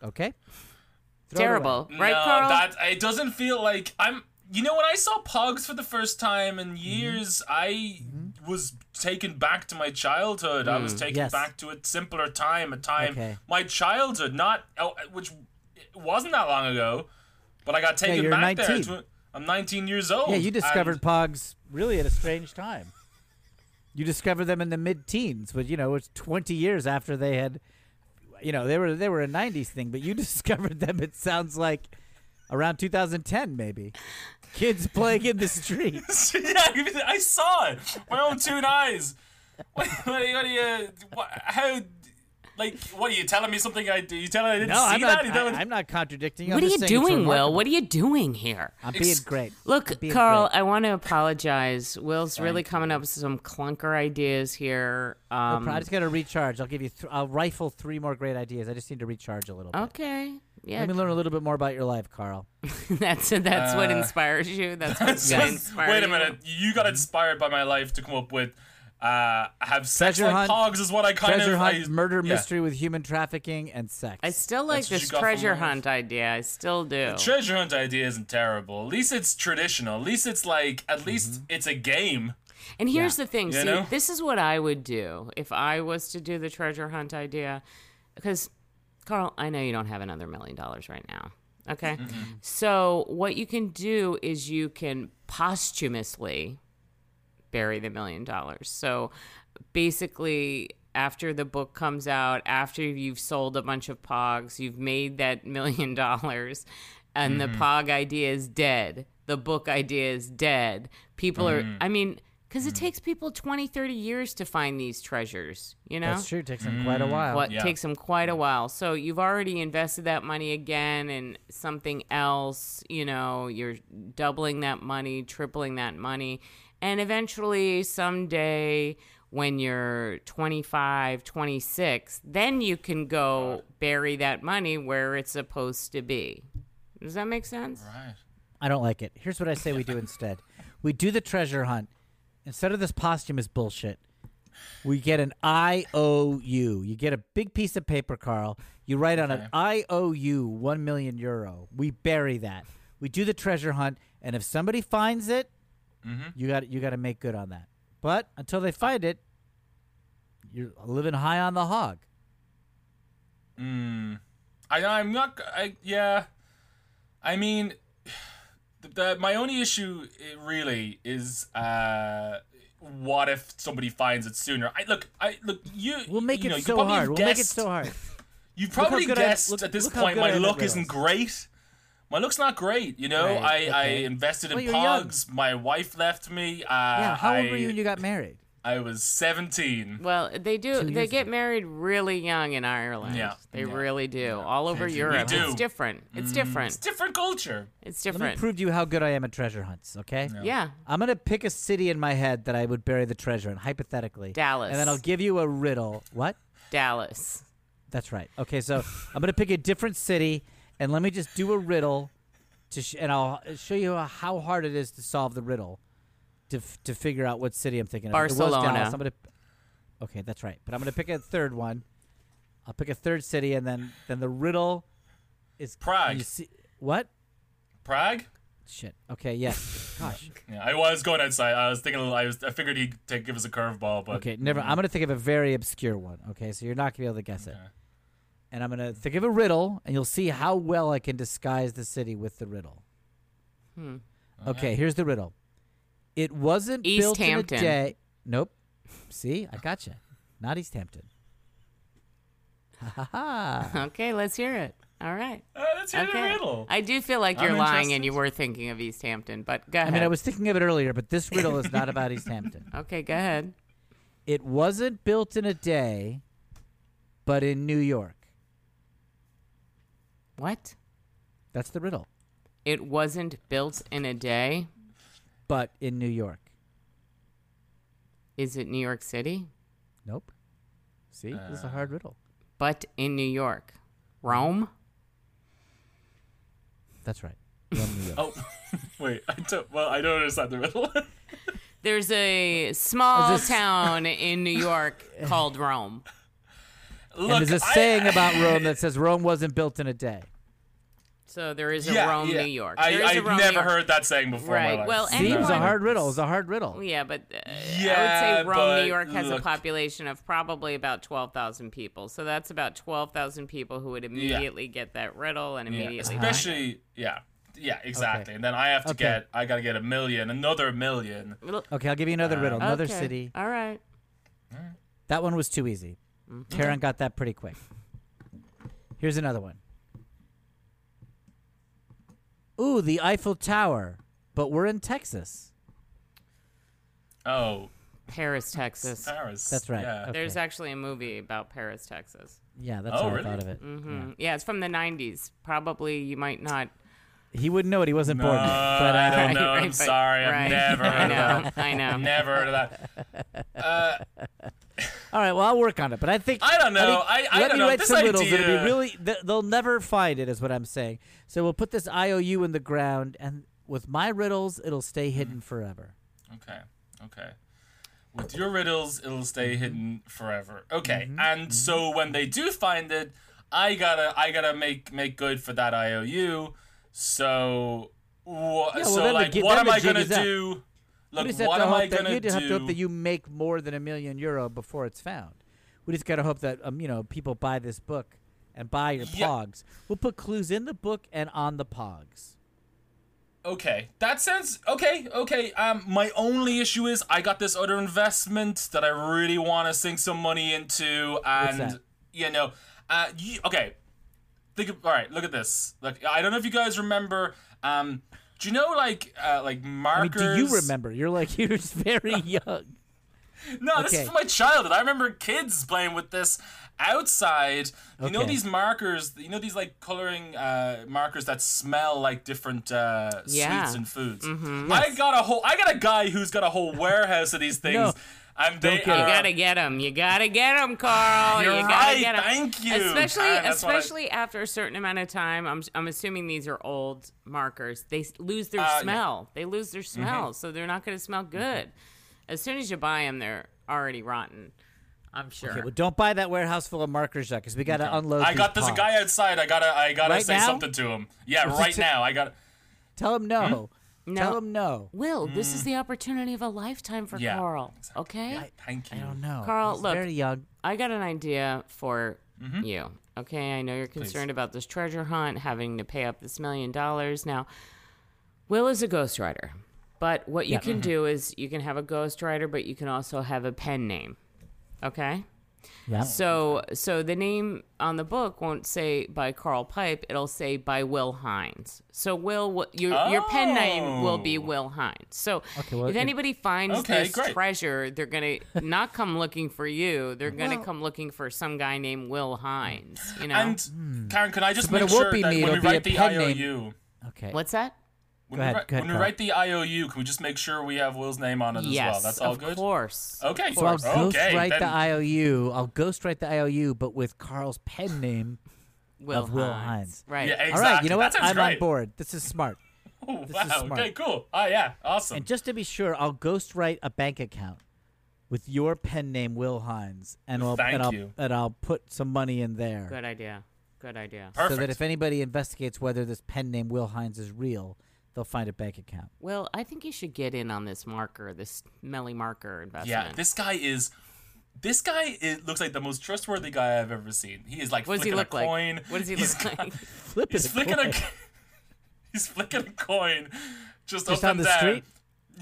Okay. Throw it away.
Terrible. Right,
no,
Carl?
that it doesn't feel like I'm. You know, when I saw Pogs for the first time
Mm-hmm.
in years, I was taken back to my childhood. I was taken
Mm, yes.
back to a simpler time, a time
Okay.
my childhood, not oh, which wasn't that long ago, but I got taken
you're
back
19.
there. To, I'm 19 years old.
Yeah, you discovered
and-
Pogs really at a strange time. You discovered them in the mid-teens, but you know it's twenty years after they had, you know, they were they were a '90s thing, but you discovered them. It sounds like around 2010, maybe. Kids playing in the street.
yeah, I saw it. My own two eyes. What, what, are you- what are you? What, how? Like, what are you telling me? Something I you telling I didn't
No,
see
I'm not.
that? You telling-
I, am not contradicting you.
what
I'm
are you
just saying it's
doing, Will?
remarkable.
What are you doing here?
I'm being great.
Look,
Being
Carl,
great.
I want to apologize. Will's really coming up with some clunker ideas here. Um,
I just got to recharge. I'll give you. Th- I'll rifle three more great ideas. I just need to recharge a little.
Oh,
bit.
okay. Yeah,
Let me learn a little bit more about your life, Carl.
that's that's what inspires you. That's what's
So-
gonna inspire
Uh, Wait a
you.
minute. You got inspired by my life to come up with uh have sex
Treasure
like
hunt-
pogs is what I kind
Treasure
of
hunt,
I-
murder,
yeah.
mystery with human trafficking, and sex.
I still like
That's what you
this
got from
treasure
life.
hunt idea. I still do.
Treasure hunt idea isn't terrible. At least it's traditional. At least it's like at least
Mm-hmm.
it's a game.
And here's the thing.
You
See,
know?
this is what I would do if I was to do the treasure hunt idea. Because, Carl, I know you don't have another million dollars right now. Okay. So, what you can do is you can posthumously bury the million dollars. So, basically, after the book comes out, after you've sold a bunch of pogs, you've made that million dollars, and the pog idea is dead. The book idea is dead. People are, I mean, because it takes people 20, 30 years to find these treasures, you know?
That's true. It takes them quite
Mm.
a while.
What
Oh, Yeah.
takes them quite a while. So you've already invested that money again in something else. You know, you're doubling that money, tripling that money. And eventually, someday when you're 25, 26, then you can go bury that money where it's supposed to be. Does that make sense?
Right.
I don't like it. Here's what I say we do instead. We do the treasure hunt. Instead of this posthumous bullshit, we get an IOU. You get a big piece of paper, Carl. You write on an IOU 1 million euro. We bury that. We do the treasure hunt, and if somebody finds it,
Mm-hmm.
you got you got to make good on that. But until they find it, you're living high on the hog.
I I'm not I yeah. I mean the, the my only issue eh, really is uh what if somebody finds it sooner? I look I look you
We'll make
you
it
know, you
so
probably
hard.
have
We'll make it
guessed-
so hard.
You probably
good I am-
guessed
look-
at this
look how
point
good I
my
am at
look isn't great. My look's not great, you know. I,
Right,
I
okay.
invested
Well,
in
you're young.
pogs. My wife left me. Uh,
Yeah, how old
I,
were you when you got married?
I was seventeen.
Well, they do. They
years
get married really young in Ireland.
Yeah.
They
Yeah.
really do. All over Europe.
do. Mm.
It's different. It's different.
Different culture.
It's
Let me
different.
prove to you how good I am at treasure hunts, okay?
yeah.
I'm gonna pick a city in my head that I would bury the treasure in, hypothetically.
Dallas.
And then I'll give you a riddle. What?
Dallas.
That's right. Okay, so I'm gonna pick a different city, and let me just do a riddle, to sh- and I'll uh, show you how hard it is to solve the riddle, to f- to figure out what city I'm thinking of. If it was
Barcelona.
Dallas, I'm gonna. Okay, that's right. But I'm gonna pick a third one. I'll pick a third city, and then then the riddle is
Prague.
You see what?
Prague.
Shit. Okay. Yes. Gosh.
Yeah, I was going outside. I was thinking. I was. I figured he'd take, give us a curveball, but
Okay, never. I'm gonna think of a very obscure one. Okay, so you're not gonna be able to guess it. And I'm gonna think of a riddle, and you'll see how well I can disguise the city with the riddle.
Hmm.
Okay, here's the riddle. It wasn't
East
built
Hampton.
in a day. Nope. See, I gotcha. Not East Hampton. Ha ha ha.
Okay, let's hear it. All right.
Uh, let's hear the
Okay.
Uh-huh. riddle.
I do feel like
I'm
you're lying and
interested.
you were thinking of East Hampton, but go ahead.
I mean, I was thinking of it earlier, but this riddle is not about East Hampton.
Okay, go ahead.
It wasn't built in a day, but in New York.
What?
That's the riddle.
It wasn't built in a day.
But in New York.
Is it New York City?
Nope. See, this is a hard riddle.
But in New York. Rome?
That's right. From New York.
Oh, wait. I don't. Well, I don't understand the riddle.
There's a small
Is this-
town in New York called Rome.
Look,
and there's a
I-
saying about Rome that says Rome wasn't built in a day.
So there is a
yeah,
Rome,
yeah.
New York.
I,
There is a
I've
Rome, New
never
York.
heard that saying before. In
Right,
my life.
well,
See, it was a
Anyone-
hard riddle. It was a hard riddle.
Yeah, but uh, I
Yeah,
would say Rome,
but
New York has a
look.
population of probably about 12,000 people. So that's about 12,000 people who would immediately get that riddle and
Yeah,
immediately.
especially yeah, yeah, exactly.
Okay.
And then I have to
Okay.
get, I gotta get a million, another million.
Okay, I'll give you another riddle. Another
Okay.
city.
All right.
That one was too easy.
Mm-hmm.
Karen got that pretty quick. Here's another one. Ooh, the Eiffel Tower, but we're in Texas.
Oh,
Paris, Texas.
Paris.
That's right.
Yeah.
Okay.
There's actually a movie about Paris, Texas.
Yeah, that's
Oh,
how I
really?
thought of it.
hmm Yeah, it's from the 90s. Probably you might not.
He wouldn't know it. He wasn't born.
Uh,
yet, But
I
uh,
don't know.
Right,
I'm
but-
sorry.
right.
I've never
I
heard of
know.
that.
I know.
Never heard of that.
all right. Well, I'll work on it. But I think
I don't know.
think-
I- I
let
don't
me
know.
write
This
some riddles.
idea-
It'll be really. Th- they'll never find it, is what I'm saying. So we'll put this IOU in the ground, and with my riddles, it'll stay hidden forever.
Okay. Okay. With your riddles, it'll stay
Mm-hmm.
hidden forever. Okay. And so when they do find it, I gotta I gotta make make good for that IOU. So wha-
well,
so
then the
like
gi-
what
then
am
the
I
jig
gonna
is up.
do?
We
Look,
just have
what
to
am
hope
I
that
gonna
you just have to hope that
do?
you make more than a million euro before it's found. We just got to hope that um, you know people buy this book and buy your
Yeah.
pogs. We'll put clues in the book and on the pogs.
Okay. That sounds okay, okay. Um my only issue is I got this other investment that I really wanna sink some money into and
that?
you know uh you, okay. think of, all right look at this look i don't know if you guys remember um do you know like uh like
I mean, do
markers
you remember? You're like you're just very young.
no this
Okay.
is from my childhood i remember kids playing with this outside you know
Okay.
these markers you know these like coloring uh markers that smell like different uh
Yeah.
sweets and foods
Mm-hmm. Yes.
i got a whole i got a guy who's got a whole warehouse of these things
No.
and they
Don't kid. You
are-
You gotta get them. You gotta get them, Carl.
You're
you gotta
right,
get 'em.
thank you.
Especially,
Karen, that's what I-
especially after a certain amount of time. I'm, I'm assuming these are old markers. They s- lose their
Uh, yeah. Mm-hmm.
smell. They lose their smell, so they're not gonna smell good. As soon as you buy them, they're already rotten. I'm sure.
Okay, well, don't buy that warehouse full of markers yet, because we got to unload.
I
these
got this
pogs.
guy outside. I gotta, I gotta
Right
say
now?
something to him. Yeah,
Is it
right
t-
now. I got.
Tell him no. Tell
Hmm? No.
him no.
Will, this is the opportunity of a lifetime for
Mm. Yeah,
Carl. Okay.
Thank you.
I don't know.
Carl,
He's
look.
very young.
I got an idea for you. Okay, I know you're concerned about this treasure hunt, having to pay up this million dollars. Now, Will is a ghostwriter, but what you can do is you can have a ghostwriter, but you can also have a pen name. Okay?
Yeah.
So so the name on the book won't say by Carl Pipe, it'll say by Will Hines. So Will wi- your your pen name will be
Oh.
Will Hines. So
well,
if
it-
anybody finds
Okay,
this
great.
treasure, they're going to not come looking for you. They're going to come looking for some guy named Will Hines, you know.
And Karen, can I just
Hmm. But
make
it won't
sure
be
that
me,
when we
it'll be
write
a
the
pen
IOU,
name. okay.
What's that?
when,
Go
we,
ahead,
write,
go ahead,
when we
Carl.
write the IOU, can we just make sure we have Will's name on it as
yes.
well? That's all
of
good. Oh,
course.
Okay.
So I'll
okay.
ghostwrite
then-
the IOU. I'll ghostwrite the IOU, but with Carl's pen name.
Will
of Will Hines.
Right.
yeah, exactly.
All right, you know what?
That sounds
I'm
great.
on board. This is smart.
Oh,
This is
wow.
smart.
Okay. Cool. Ah, yeah. Awesome.
And just to be sure, I'll ghostwrite a bank account with your pen name, Will Hines, and I'll
Thank
and I'll,
you.
and I'll put some money in there
Good idea. Good idea.
so that
Perfect.
if anybody investigates whether this pen name Will Hines is real, they'll find a bank account.
Well, I think you should get in on this marker, this smelly marker investment.
yeah. This guy is. This guy it looks like the most trustworthy guy I've ever seen. He is like
What does he
flicking
look
a
like?
coin.
What does he
He's
look
got-
like?
Flip
He's
is
flicking
cool.
a. he's flicking a coin just,
Just
up
on
and
the
down.
street?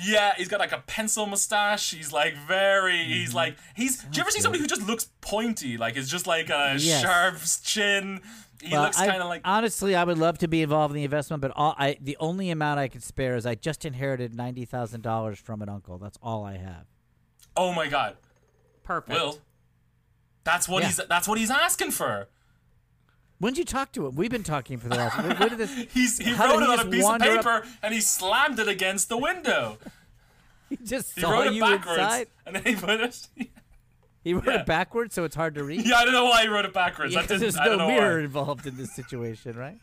Yeah, he's got like a pencil mustache. He's like very.
Mm-hmm.
He's like he's. do you ever see somebody who just looks pointy? Like it's just like a
Yes.
sharp chin. He
Well,
looks
I-
kind of like.
honestly, I would love to be involved in the investment, but all, I the only amount I could spare is I just inherited ninety thousand dollars from an uncle. That's all I have.
oh my god,
Perfect.
Will. That's what
Yeah.
he's. That's what he's asking for.
When did you talk to him? We've been talking for the last. when, when did this?
He's. He
How did
wrote
he
it on
just
a piece of
wander up-
paper and he slammed it against the window.
He just
He
saw
wrote it
you
backwards
inside.
and then he put it.
He wrote
Yeah.
it backwards, so it's hard to read.
Yeah, I don't know why he wrote it backwards. I
Because
didn't,
there's
I don't
no
know
mirror
Why.
involved in this situation, right?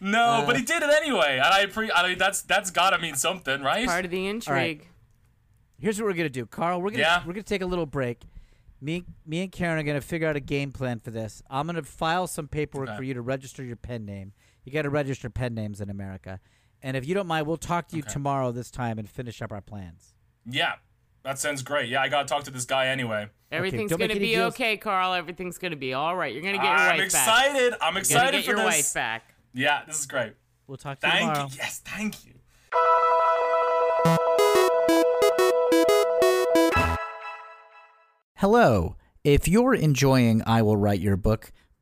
No,
Uh.
but he did it anyway, and I pre. I mean, that's that's gotta mean something, right?
Part of the intrigue.
Here's what we're gonna do, Carl. We're gonna
Yeah.
we're gonna take a little break. Me, me and Karen are gonna figure out a game plan for this. I'm gonna file some paperwork
Okay.
for you to register your pen name. You got to register pen names in America. And if you don't mind, we'll talk to you tomorrow this time and finish up our plans.
Yeah, that sounds great. Yeah, I gotta talk to this guy anyway.
Everything's
don't make
gonna
any
be
deals.
okay, Carl. Everything's gonna be all right. You're gonna get your
I'm
wife back.
excited. I'm
You're gonna
excited
get
for
your
this.
wife back.
Yeah, this is great.
We'll talk to
Thank
you tomorrow.
you. Yes, thank you.
Hello. If you're enjoying I Will Write Your Book,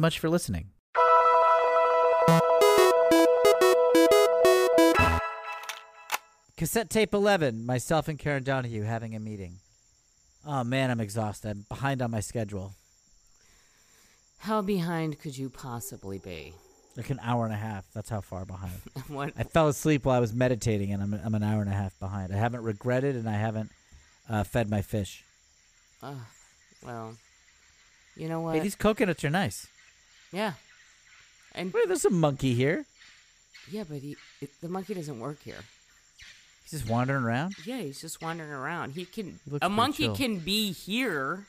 much for listening. Cassette tape 11, myself and Karen Donahue having a meeting. Oh man, I'm exhausted. I'm behind on my schedule.
How behind could you possibly be?
Like an hour and a half. That's how far behind.
What?
I fell asleep while I was meditating, and I'm, I'm an hour and a half behind. I haven't regretted, and I haven't uh, fed my fish.
Ugh. well, you know what?
Hey, these coconuts are nice.
yeah. And
Wait, there's a monkey here.
yeah, but he, it, the monkey doesn't work here.
He's just wandering around.
Yeah, he's just wandering around. He can
He looks
a
pretty
monkey
chill.
can be here.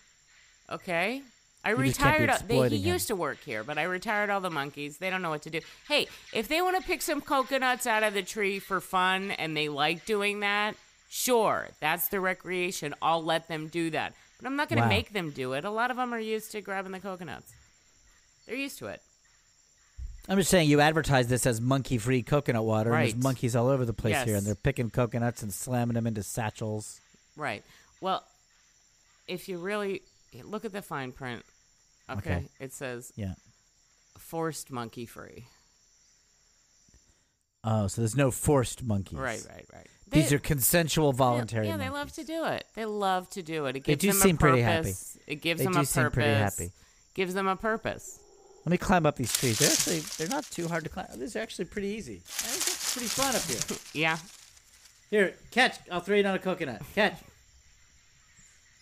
Okay? I
You just can't be
retired. They, he
exploiting him.
used to work here, but I retired all the monkeys. They don't know what to do. Hey, if they want to pick some coconuts out of the tree for fun and they like doing that, sure, that's the recreation. I'll let them do that. But I'm not going to
Wow.
make them do it. A lot of them are used to grabbing the coconuts. They're used to it.
I'm just saying, you advertise this as monkey-free coconut water, and
Right.
there's monkeys all over the place here,
Yes.
and they're picking coconuts and slamming them into satchels.
Right. Well, if you really look at the fine print, okay.
Okay.
it says
Yeah.
forced monkey free.
Oh, so there's no forced monkeys.
Right, right, right.
These are consensual, voluntary.
Yeah, they love
monkeys.
to do it. They love to do it. It
They
gives
do
them
seem
a
pretty happy.
purpose. It gives
They
them
do
a purpose.
seem pretty happy.
Gives them a purpose.
Let me climb up these trees. They're actually they're not too hard to climb. These are actually pretty easy. I think It's pretty fun up here.
Yeah.
Here, catch. I'll throw you down a coconut. Catch.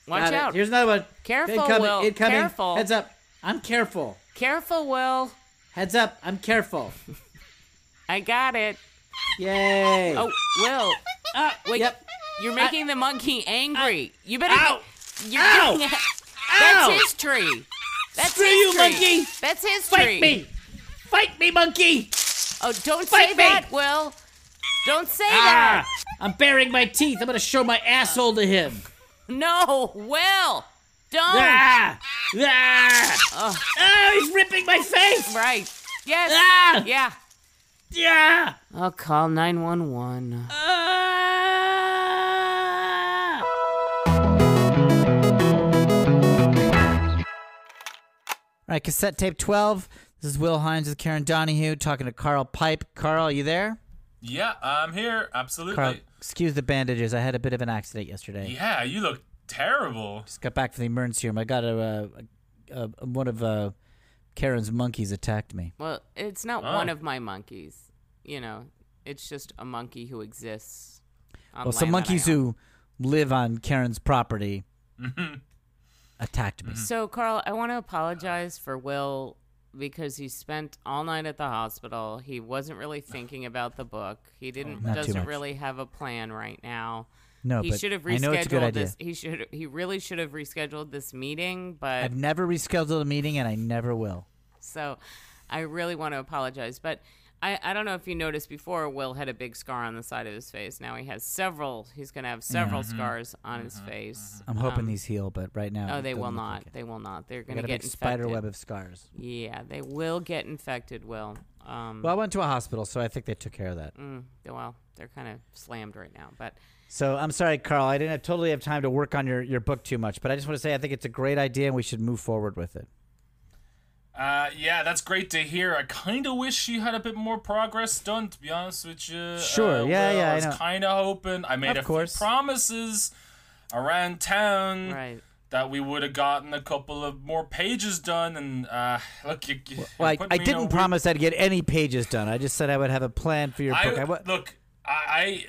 Watch
Got it.
out.
Here's another one.
Careful,
incoming.
Will.
Incoming.
Careful.
Heads up. I'm careful.
Careful, Will.
Heads up. I'm careful.
I got it.
Yay.
Oh, Will.
Ah,
Wait.
Yep.
You're making the monkey angry. you better.
Ow.
You're
Ow.
That's
Ow.
his tree. That's
Screw
his
you,
tree.
monkey.
That's his tree.
Fight me. Fight me, monkey.
Oh, don't
Fight
say
me.
that, Will. Don't say
Ah,
that.
I'm baring my teeth. I'm going to show my asshole to him.
No, Will. Don't.
Ah. Ah. Oh, he's ripping my face.
Right. Yes.
Ah.
Yeah.
Yeah.
I'll call 911.
Ah. All right, cassette tape 12. This is Will Hines with Karen Donahue talking to Carl Pipe. Carl, you there?
Yeah, I'm here. Absolutely.
Carl, excuse the bandages. I had a bit of an accident yesterday.
Yeah, you look terrible.
Just got back from the emergency room. I got a, a, a, a one of uh, Karen's monkeys attacked me.
Well, it's not one
Oh.
of my monkeys. You know, it's just a monkey who exists. On
Well, some
land that I
monkeys
own.
who live on Karen's property attacked me.
Mm-hmm. So, Carl, I want to apologize for Will because he spent all night at the hospital. He wasn't really thinking about the book. He didn't
Oh, Not too
doesn't
much.
really have a plan right now.
No,
he
but
should have
I know it's a good
rescheduled
idea.
this. He should he really should have rescheduled this meeting, but
I've never rescheduled a meeting, and I never will.
so I really want to apologize, but I, I don't know if you noticed before, Will had a big scar on the side of his face. Now he has several. He's going to have several
Mm-hmm.
scars on his face.
I'm hoping these heal, but right now,
Um, Oh,
it
they
doesn't
will
look
not.
like it.
They will not. They're going
Got
to
a
get
big
infected.
spider web of scars.
Yeah, they will get infected. Will. Um,
Well, I went to a hospital, so I think they took care of that.
mm, well, they're kind of slammed right now, but
So I'm sorry, Carl. I didn't have, totally have time to work on your, your book too much, but I just want to say I think it's a great idea, and we should move forward with it.
Uh, yeah, that's great to hear. I kind of wish she had a bit more progress done, to be honest with you.
Sure,
Uh,
yeah,
Will,
yeah, I
I was
know.
kind of hoping. I made
Of
a few
course.
promises around town
right.
that we would have gotten a couple of more pages done. And uh, look, you, you
Well, I,
put
I
me in a
didn't
weird-
promise I'd get any pages done. I just said I would have a plan for your
I,
book. I wa-
look, I, I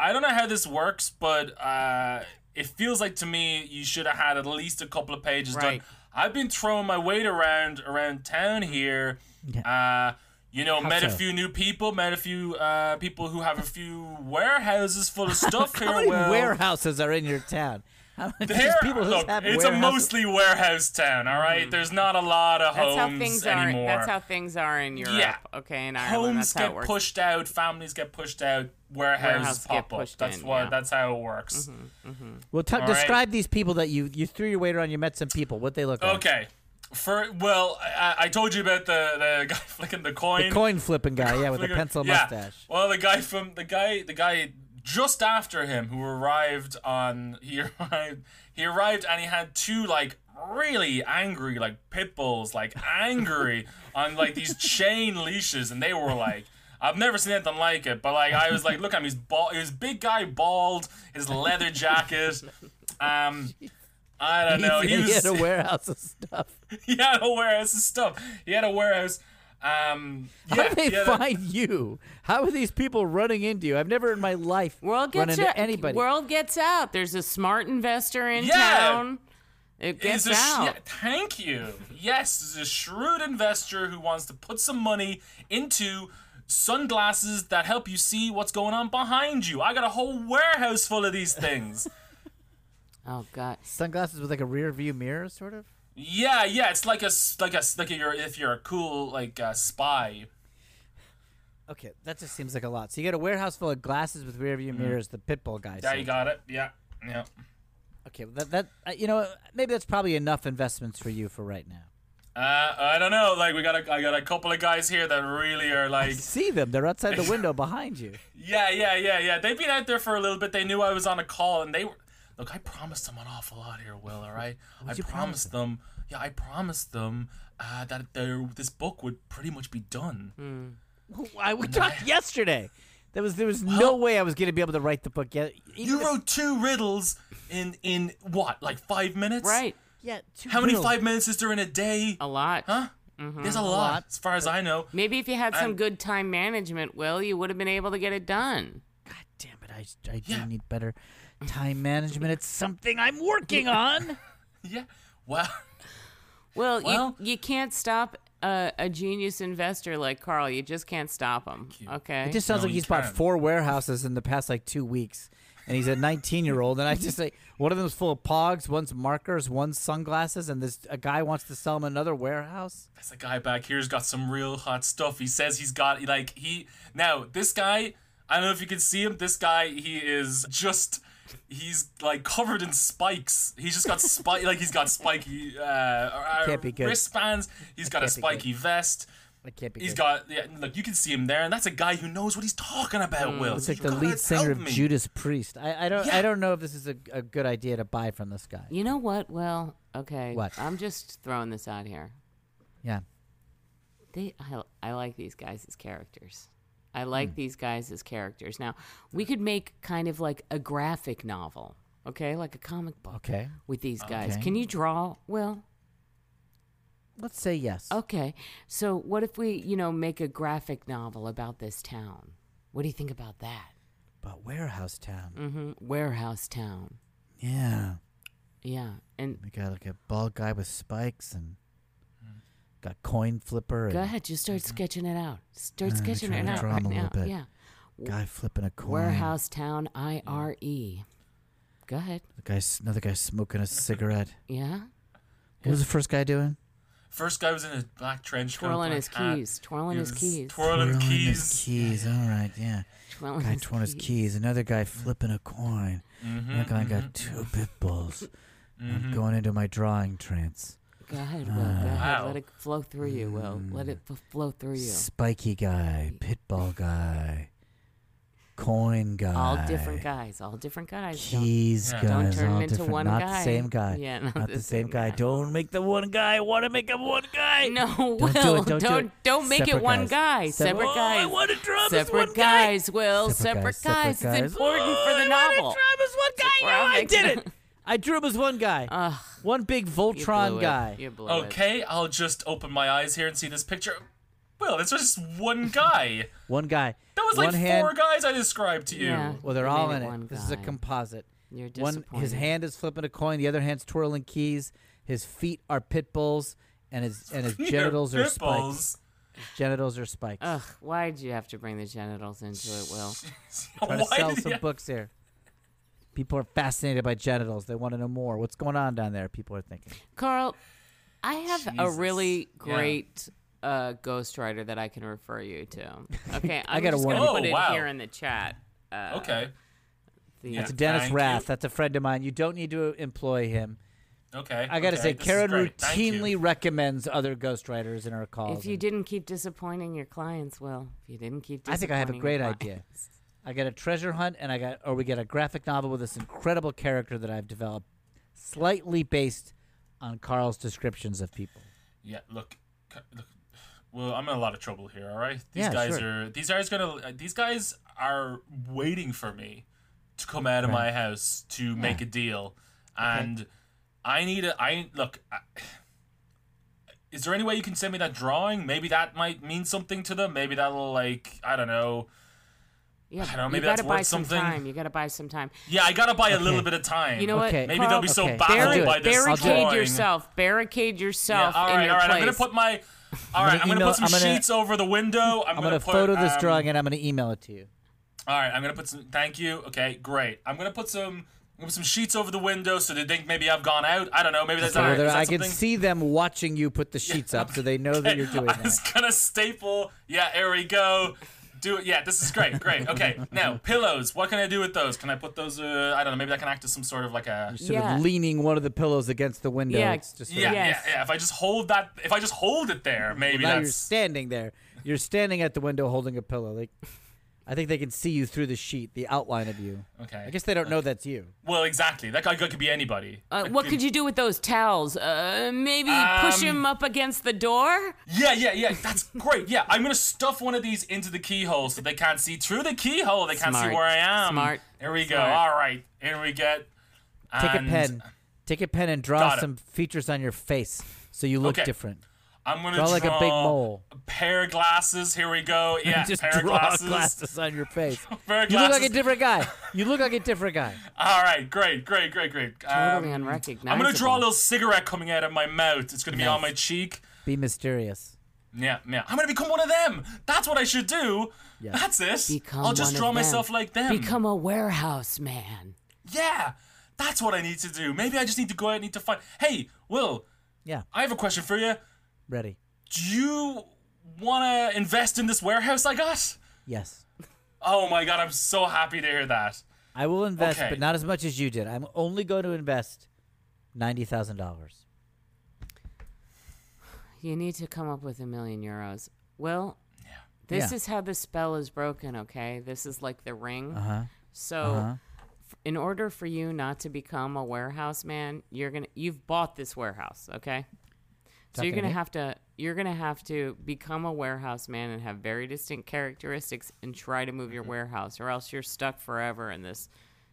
I don't know how this works, but uh, it feels like to me you should have had at least a couple of pages
Right.
done. I've been throwing my weight around around town here. Uh, you know, met a
so?
few new people, met a few uh, people who have a few warehouses full of stuff here.
how many
well,
warehouses are in your town? How many
there-
just people who
look,
have
it's a
warehouses? Hmm.
mostly warehouse town. All right? there's not a lot of
That's
homes
how things
anymore.
are. That's how things are in Europe.
Yeah.
Okay, in Ireland, that's
homes
how it
get
works.
pushed out, families get pushed out, warehouses
Warehouses get
pop up.
pushed
That's
in,
what.
yeah. Mm-hmm.
That's how it works.
Well, t-
right.
describe these people that you you threw your weight around. You met some people. What they look like?
Okay. For well, I, I told you about the, the guy flicking the coin.
The coin flipping guy, yeah, with the
Flicking-
pencil
yeah.
mustache.
Well, the guy from the guy the guy just after him who arrived on he arrived he arrived and he had two like really angry like pit bulls like angry on like these chain leashes and they were like. I've never seen anything like it, but like I was like, look at him, he's bald. He was a big guy, bald, his leather jacket. Um, I don't know.
he,
He was
had a warehouse of stuff.
he had a warehouse of stuff. He had a warehouse. Um,
How
yeah,
did they
he had a-
find you? How are these people running into you? I've never in my life
World
run
gets
into
out.
anybody.
World gets out. There's a smart investor in
Yeah.
town. It gets
is a sh-
out.
yeah, thank you. Yes, is a shrewd investor who wants to put some money into sunglasses that help you see what's going on behind you. I got a whole warehouse full of these things.
Oh god.
Sunglasses with like a rear view mirror, sort of.
yeah, yeah, it's like a s- like a s- like a, you're, if you're a cool like uh, spy.
Okay, that just seems like a lot. So you got a warehouse full of glasses with rear view mirrors. The pit bull guy.
Mm-hmm. Yeah,
said.
you got it. Yeah, yeah.
Okay, well, that that uh, you know maybe that's probably enough investments for you for right now.
Uh, I don't know. Like we got a, I got a couple of guys here that really are like
See them? They're outside the window behind you.
Yeah, yeah, yeah, yeah. They've been out there for a little bit. They knew I was on a call, and they were. Look, I promised them an awful lot here, Will. All right, I
you
promised
promise
them. Yeah, I promised them uh, that their this book would pretty much be done.
Hmm. Why we talked yesterday? There was there was no way I was going to be able to write the book yet. Even
You
if-
wrote two riddles in in what, like five minutes?
Right.
yeah, two
How many
riddles. Mm-hmm.
five minutes is there in a day?
A lot.
huh? There's a lot,
lot.
as far as I know.
Maybe if you had some good time management, Will, you would have been able to get it done.
Damn it! I, I do
Yeah.
need better time management. It's something I'm working on.
Yeah. Well,
Well,
Well-
you, you can't stop a, a genius investor like Carl. You just can't stop him. Okay.
It just sounds
No,
like
you
he's bought
can.
four warehouses in the past like two weeks, and he's a 19 year old. And I just say one of them's full of pogs, one's markers, one's sunglasses, and this a guy wants to sell him another warehouse.
This guy back here's got some real hot stuff. He says he's got like he now this guy. I don't know if you can see him. This guy he is just he's like covered in spikes. He's just got spike like he's got spiky uh, uh,
Can't be good.
wristbands. He's got a
can't be good.
spiky vest.
I can't be.
He's
good.
got yeah. Look, you can see him there, and that's a guy who knows what he's talking about.
Mm.
Will
It's like the lead singer of Judas Priest. I, I don't I
Yeah.
don't know if this is a, a good idea to buy from this guy.
you know what, Will? Okay.
What?
I'm just throwing this out here.
Yeah.
They, I, I like these guys as characters. I like these guys as characters. Now, we could make kind of like a graphic novel, okay? Like a comic book
Okay.
with these guys.
Okay.
Can you draw, Will?
Let's say yes.
Okay. So, what if we, you know, make a graphic novel about this town? What do you think about that?
But Warehouse Town.
hmm Warehouse town.
Yeah.
Yeah. And
We got like a bald guy with spikes and got coin flipper and
Go ahead, just start sketching it out. Start
I'm
sketching
trying
it
to
out
draw 'em
right
a little
now.
bit.
Yeah.
guy flipping a coin.
Warehouse Town I R E. Go ahead.
The guy, another guy smoking a cigarette.
Yeah.
What was the first guy doing?
First guy was in his black trench coat,
Twirling
black
his
hat.
keys. Oh, Twirling
He
his
was
keys.
Twirling,
Twirling his
keys.
keys. All right, yeah.
Twirling
Guy twirling his keys. Another guy flipping a coin. Another guy got two pit bulls. I'm going into my drawing trance.
Go ahead, Will. Go ahead.
Wow.
Let it flow through you, Will. Let it f- flow through you.
Spiky guy, pit bull guy, coin guy.
All different guys. All different guys. Don't-
Keys
Yeah.
guys.
Don't turn
all
him into
different.
one
not
guy.
the same guy.
Yeah,
not, the, same, guy. Don't make the one guy. I want to make him one guy.
No, Will.
Don't do it, don't do
don't,
it.
don't make
Separate
it one
guys.
guy.
Separate-
Separate
Oh, I
guys.
want to drum as
Separate
one guy.
guys, Will. Separate, guys.
separate
It's important
Oh,
for the
I wanted
novel.
Drew as one guy.
Well,
Yeah, I
makes
did
it-
it. I drew him as one guy.
Ugh,
one big
Uh, you
Voltron
blew it.
guy.
You blew it.
Okay, I'll just open my eyes here and see this picture. Well, it's just one guy.
One guy.
That was
one
like
hand.
four guys I described to you.
Yeah.
Well, they're
You
all
made
in
it
it.
one
This is a
guy.
composite.
You're
One, his
disappointed.
hand is flipping a coin. The other hand's twirling keys. His feet are pit bulls, and his and his
They're
genitals are
pit
spikes.
bulls.
Genitals are spikes.
Ugh, why'd you have to bring the genitals into it, Will?
Trying to
Why
sell
did
some
you-
books here. People are fascinated by genitals. They want to know more. What's going on down there? People are thinking.
Carl, I have a
Jesus.
really
Yeah.
great uh, ghostwriter that I can refer you to. Okay, I'm
got a
just
one.
gonna
Oh,
put it
wow.
here in the chat. Uh,
Okay.
the- uh,
Yeah.
It's Dennis
Thank
Rath.
you.
That's a friend of mine. You don't need to employ him.
Okay.
I got to
okay,
say,
this is
Karen
great. Thank you.
routinely recommends other ghostwriters in her calls.
If you
and
didn't keep disappointing your clients, Will, if you didn't keep
I think I have a
disappointing your
great
clients-
idea. I got a treasure hunt, and I got, or we get a graphic novel with this incredible character that I've developed, slightly based on Carl's descriptions of people.
Yeah, look, c- look. Well, I'm in a lot of trouble here. All right, these
Yeah,
guys
sure.
are these guys gonna uh, these guys are waiting for me to come out of my house to make a deal, and I need a I look. I, is there any way you can send me that drawing? Maybe that might mean something to them. Maybe that'll like I don't know.
Yeah,
don't know, maybe
you
that's
gotta
worth
buy some
something.
time. You gotta buy some time.
Yeah, I gotta buy a little
Okay.
bit of time.
You know what?
Okay.
Maybe
Carl,
they'll be so
Okay. I'll do
baffled
it.
by this
barricade
drawing.
yourself. Barricade yourself.
Yeah, all
in
right,
your
all right.
Place.
I'm gonna put my. All right,
gonna
I'm gonna
email-
put some
I'm gonna-
sheets over the window. I'm,
I'm going to
put,
photo this
um,
drawing, and I'm going to email it to you.
All right, I'm gonna put some. Thank you. Okay, great. I'm gonna put some. I'm gonna put some sheets over the window so they think maybe I've gone out. I don't know. Maybe that's
So
all right.
there-
Is that
I can
something?
see them watching you put the sheets up, so they know that you're doing
I was
that.
gonna staple. Yeah, there we go. Do it. Yeah, this is great. Great. Okay, now pillows. What can I do with those? Can I put those? Uh, I don't know. Maybe that can act as some sort of like a.
Sort
Yeah.
of leaning one of the pillows against the window.
Yeah.
It's just sort
Yeah,
of-
Yes.
yeah, yeah. If I just hold that, if I just hold it there, maybe
now you're
that's.
standing there. You're standing at the window holding a pillow. Like, I think they can see you through the sheet, the outline of you.
Okay.
I guess they don't know that's you.
Well, exactly. That guy could be anybody.
Uh, what could you do with those towels? Uh, maybe push
Um,
him up against the door.
Yeah, yeah, yeah. That's great. Yeah, I'm gonna stuff one of these into the keyhole so they can't see through the keyhole. They can't
Smart.
see where I am.
Smart.
There we go.
Smart.
All right. Here we get.
Take
and
a pen. Take a pen and draw
Got it.
some features on your face so you look
Okay.
different.
I'm gonna
Draw like a big mole.
a pair of glasses. Here we go. Yeah,
Just
pair
draw
of glasses.
on your face.
Pair of
You look like a
glasses.
different guy. You look like a different guy.
All right. Great. Great. Great. Great.
Totally
Um,
unrecognizable.
I'm gonna draw a little cigarette coming out of my mouth. It's gonna be on
Nice.
my cheek.
Be mysterious.
Yeah, yeah. I'm gonna become one of them. That's what I should do.
Yeah.
That's it.
Become
I'll just
one of
draw
them.
myself like them.
Become a warehouse man.
Yeah, that's what I need to do. Maybe I just need to go out and need to find. Hey, Will,
Yeah.
I have a question for you.
Ready.
Do you want to invest in this warehouse I got?
Yes.
Oh my god, I'm so happy to hear that.
I will invest,
Okay.
but not as much as you did. I'm only going to invest ninety thousand dollars.
You need to come up with a million euros. Well, this
Yeah.
is how the spell is broken, okay? This is like the ring.
Uh huh.
So,
Uh-huh.
f- in order for you not to become a warehouse man, you're going to you've bought this warehouse, okay? So
Talking
you're
to
going to
me?
have to you're going to have to become a warehouse man and have very distinct characteristics and try to move your
Mm-hmm.
warehouse or else you're stuck forever in this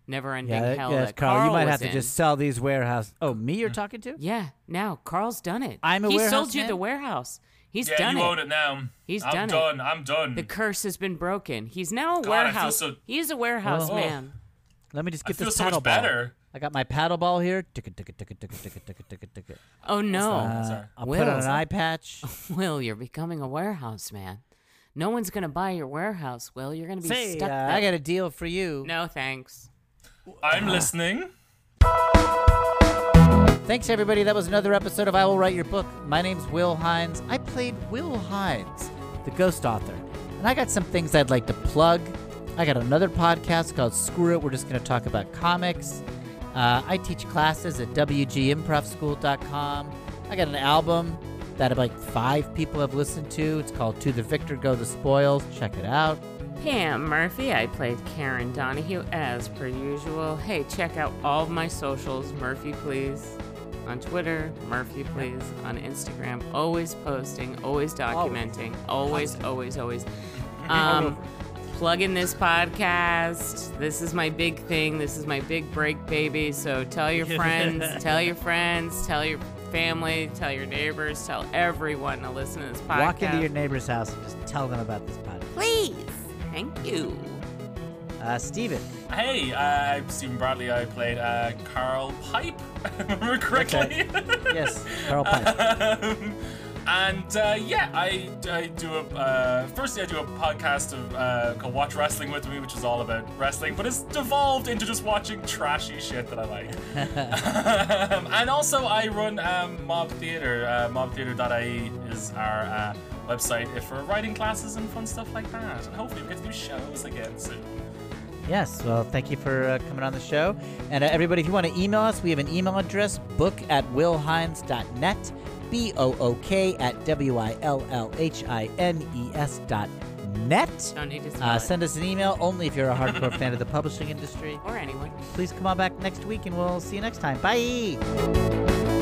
never-ending
Yeah,
hell
yeah,
that
Carl, you might
was
have to
in.
just sell these warehouse. Oh, me you're talking to?
Yeah, now Carl's done it.
I'm a
he sold
warehouse
you
man?
the warehouse. He's
Yeah,
done
you
it.
own it now.
He's
I'm
done it.
done. I'm done.
The curse has been broken. He's now a
Mm. God, I feel
warehouse.
so-
He's a warehouse
Oh.
man.
Let me just
I
get
feel
this
so
paddle
much
ball.
better.
I got my paddle ball here. Tick it, tick it, tick it, tick it, tick it, tick it, tick it, tick it.
Oh no,
Sorry.
Uh, I'll
Will.
put on an eye patch.
Will, you're becoming a warehouse man. No one's gonna buy your warehouse, Will. You're gonna be
Say, uh,
stuck.
I got a deal for you.
no thanks.
I'm listening.
Thanks, everybody. That was another episode of I Will Write Your Book. My name's Will Hines. I played Will Hines, the ghost author. And I got some things I'd like to plug. I got another podcast called Screw It. We're just going to talk about comics. Uh, I teach classes at WGImprovSchool.com. I got an album that like five people have listened to. It's called To the Victor Go the Spoils. Check it out.
Pam Murphy, I played Karen Donahue as per usual. Hey, check out all of my socials, Murphy Please. On Twitter, Murphy Please. On Instagram, always posting, always documenting, always, always, always. Um, plug in this podcast. This is my big thing. This is my big break, baby. So tell your friends, tell your friends, tell your family, tell your neighbors, tell everyone to listen to this podcast.
Walk into your neighbor's house and just tell them about this podcast.
Please. Thank you.
Uh, Steven.
Hey, uh, I'm Stephen Bradley. I played uh, Carl Pipe, if I remember correctly.
Yes, Carl Pipe.
Um, and uh, yeah, I, I do a uh, firstly I do a podcast of uh, called Watch Wrestling with Me, which is all about wrestling, but it's devolved into just watching trashy shit that I like. um, and also I run um, Mob Theater. Uh, MobTheater.ie is our uh, website for writing classes and fun stuff like that. And hopefully we get to do shows again soon.
Yes, well, thank you for uh, coming on the show. And uh, everybody, if you want to email us, we have an email address book at willhines.net, B O O K at W I L L H I N E S dot net.
Don't need to spell
Uh,
it.
send us an email only if you're a hardcore fan of the publishing industry.
or anyone.
Please come on back next week and we'll see you next time. Bye.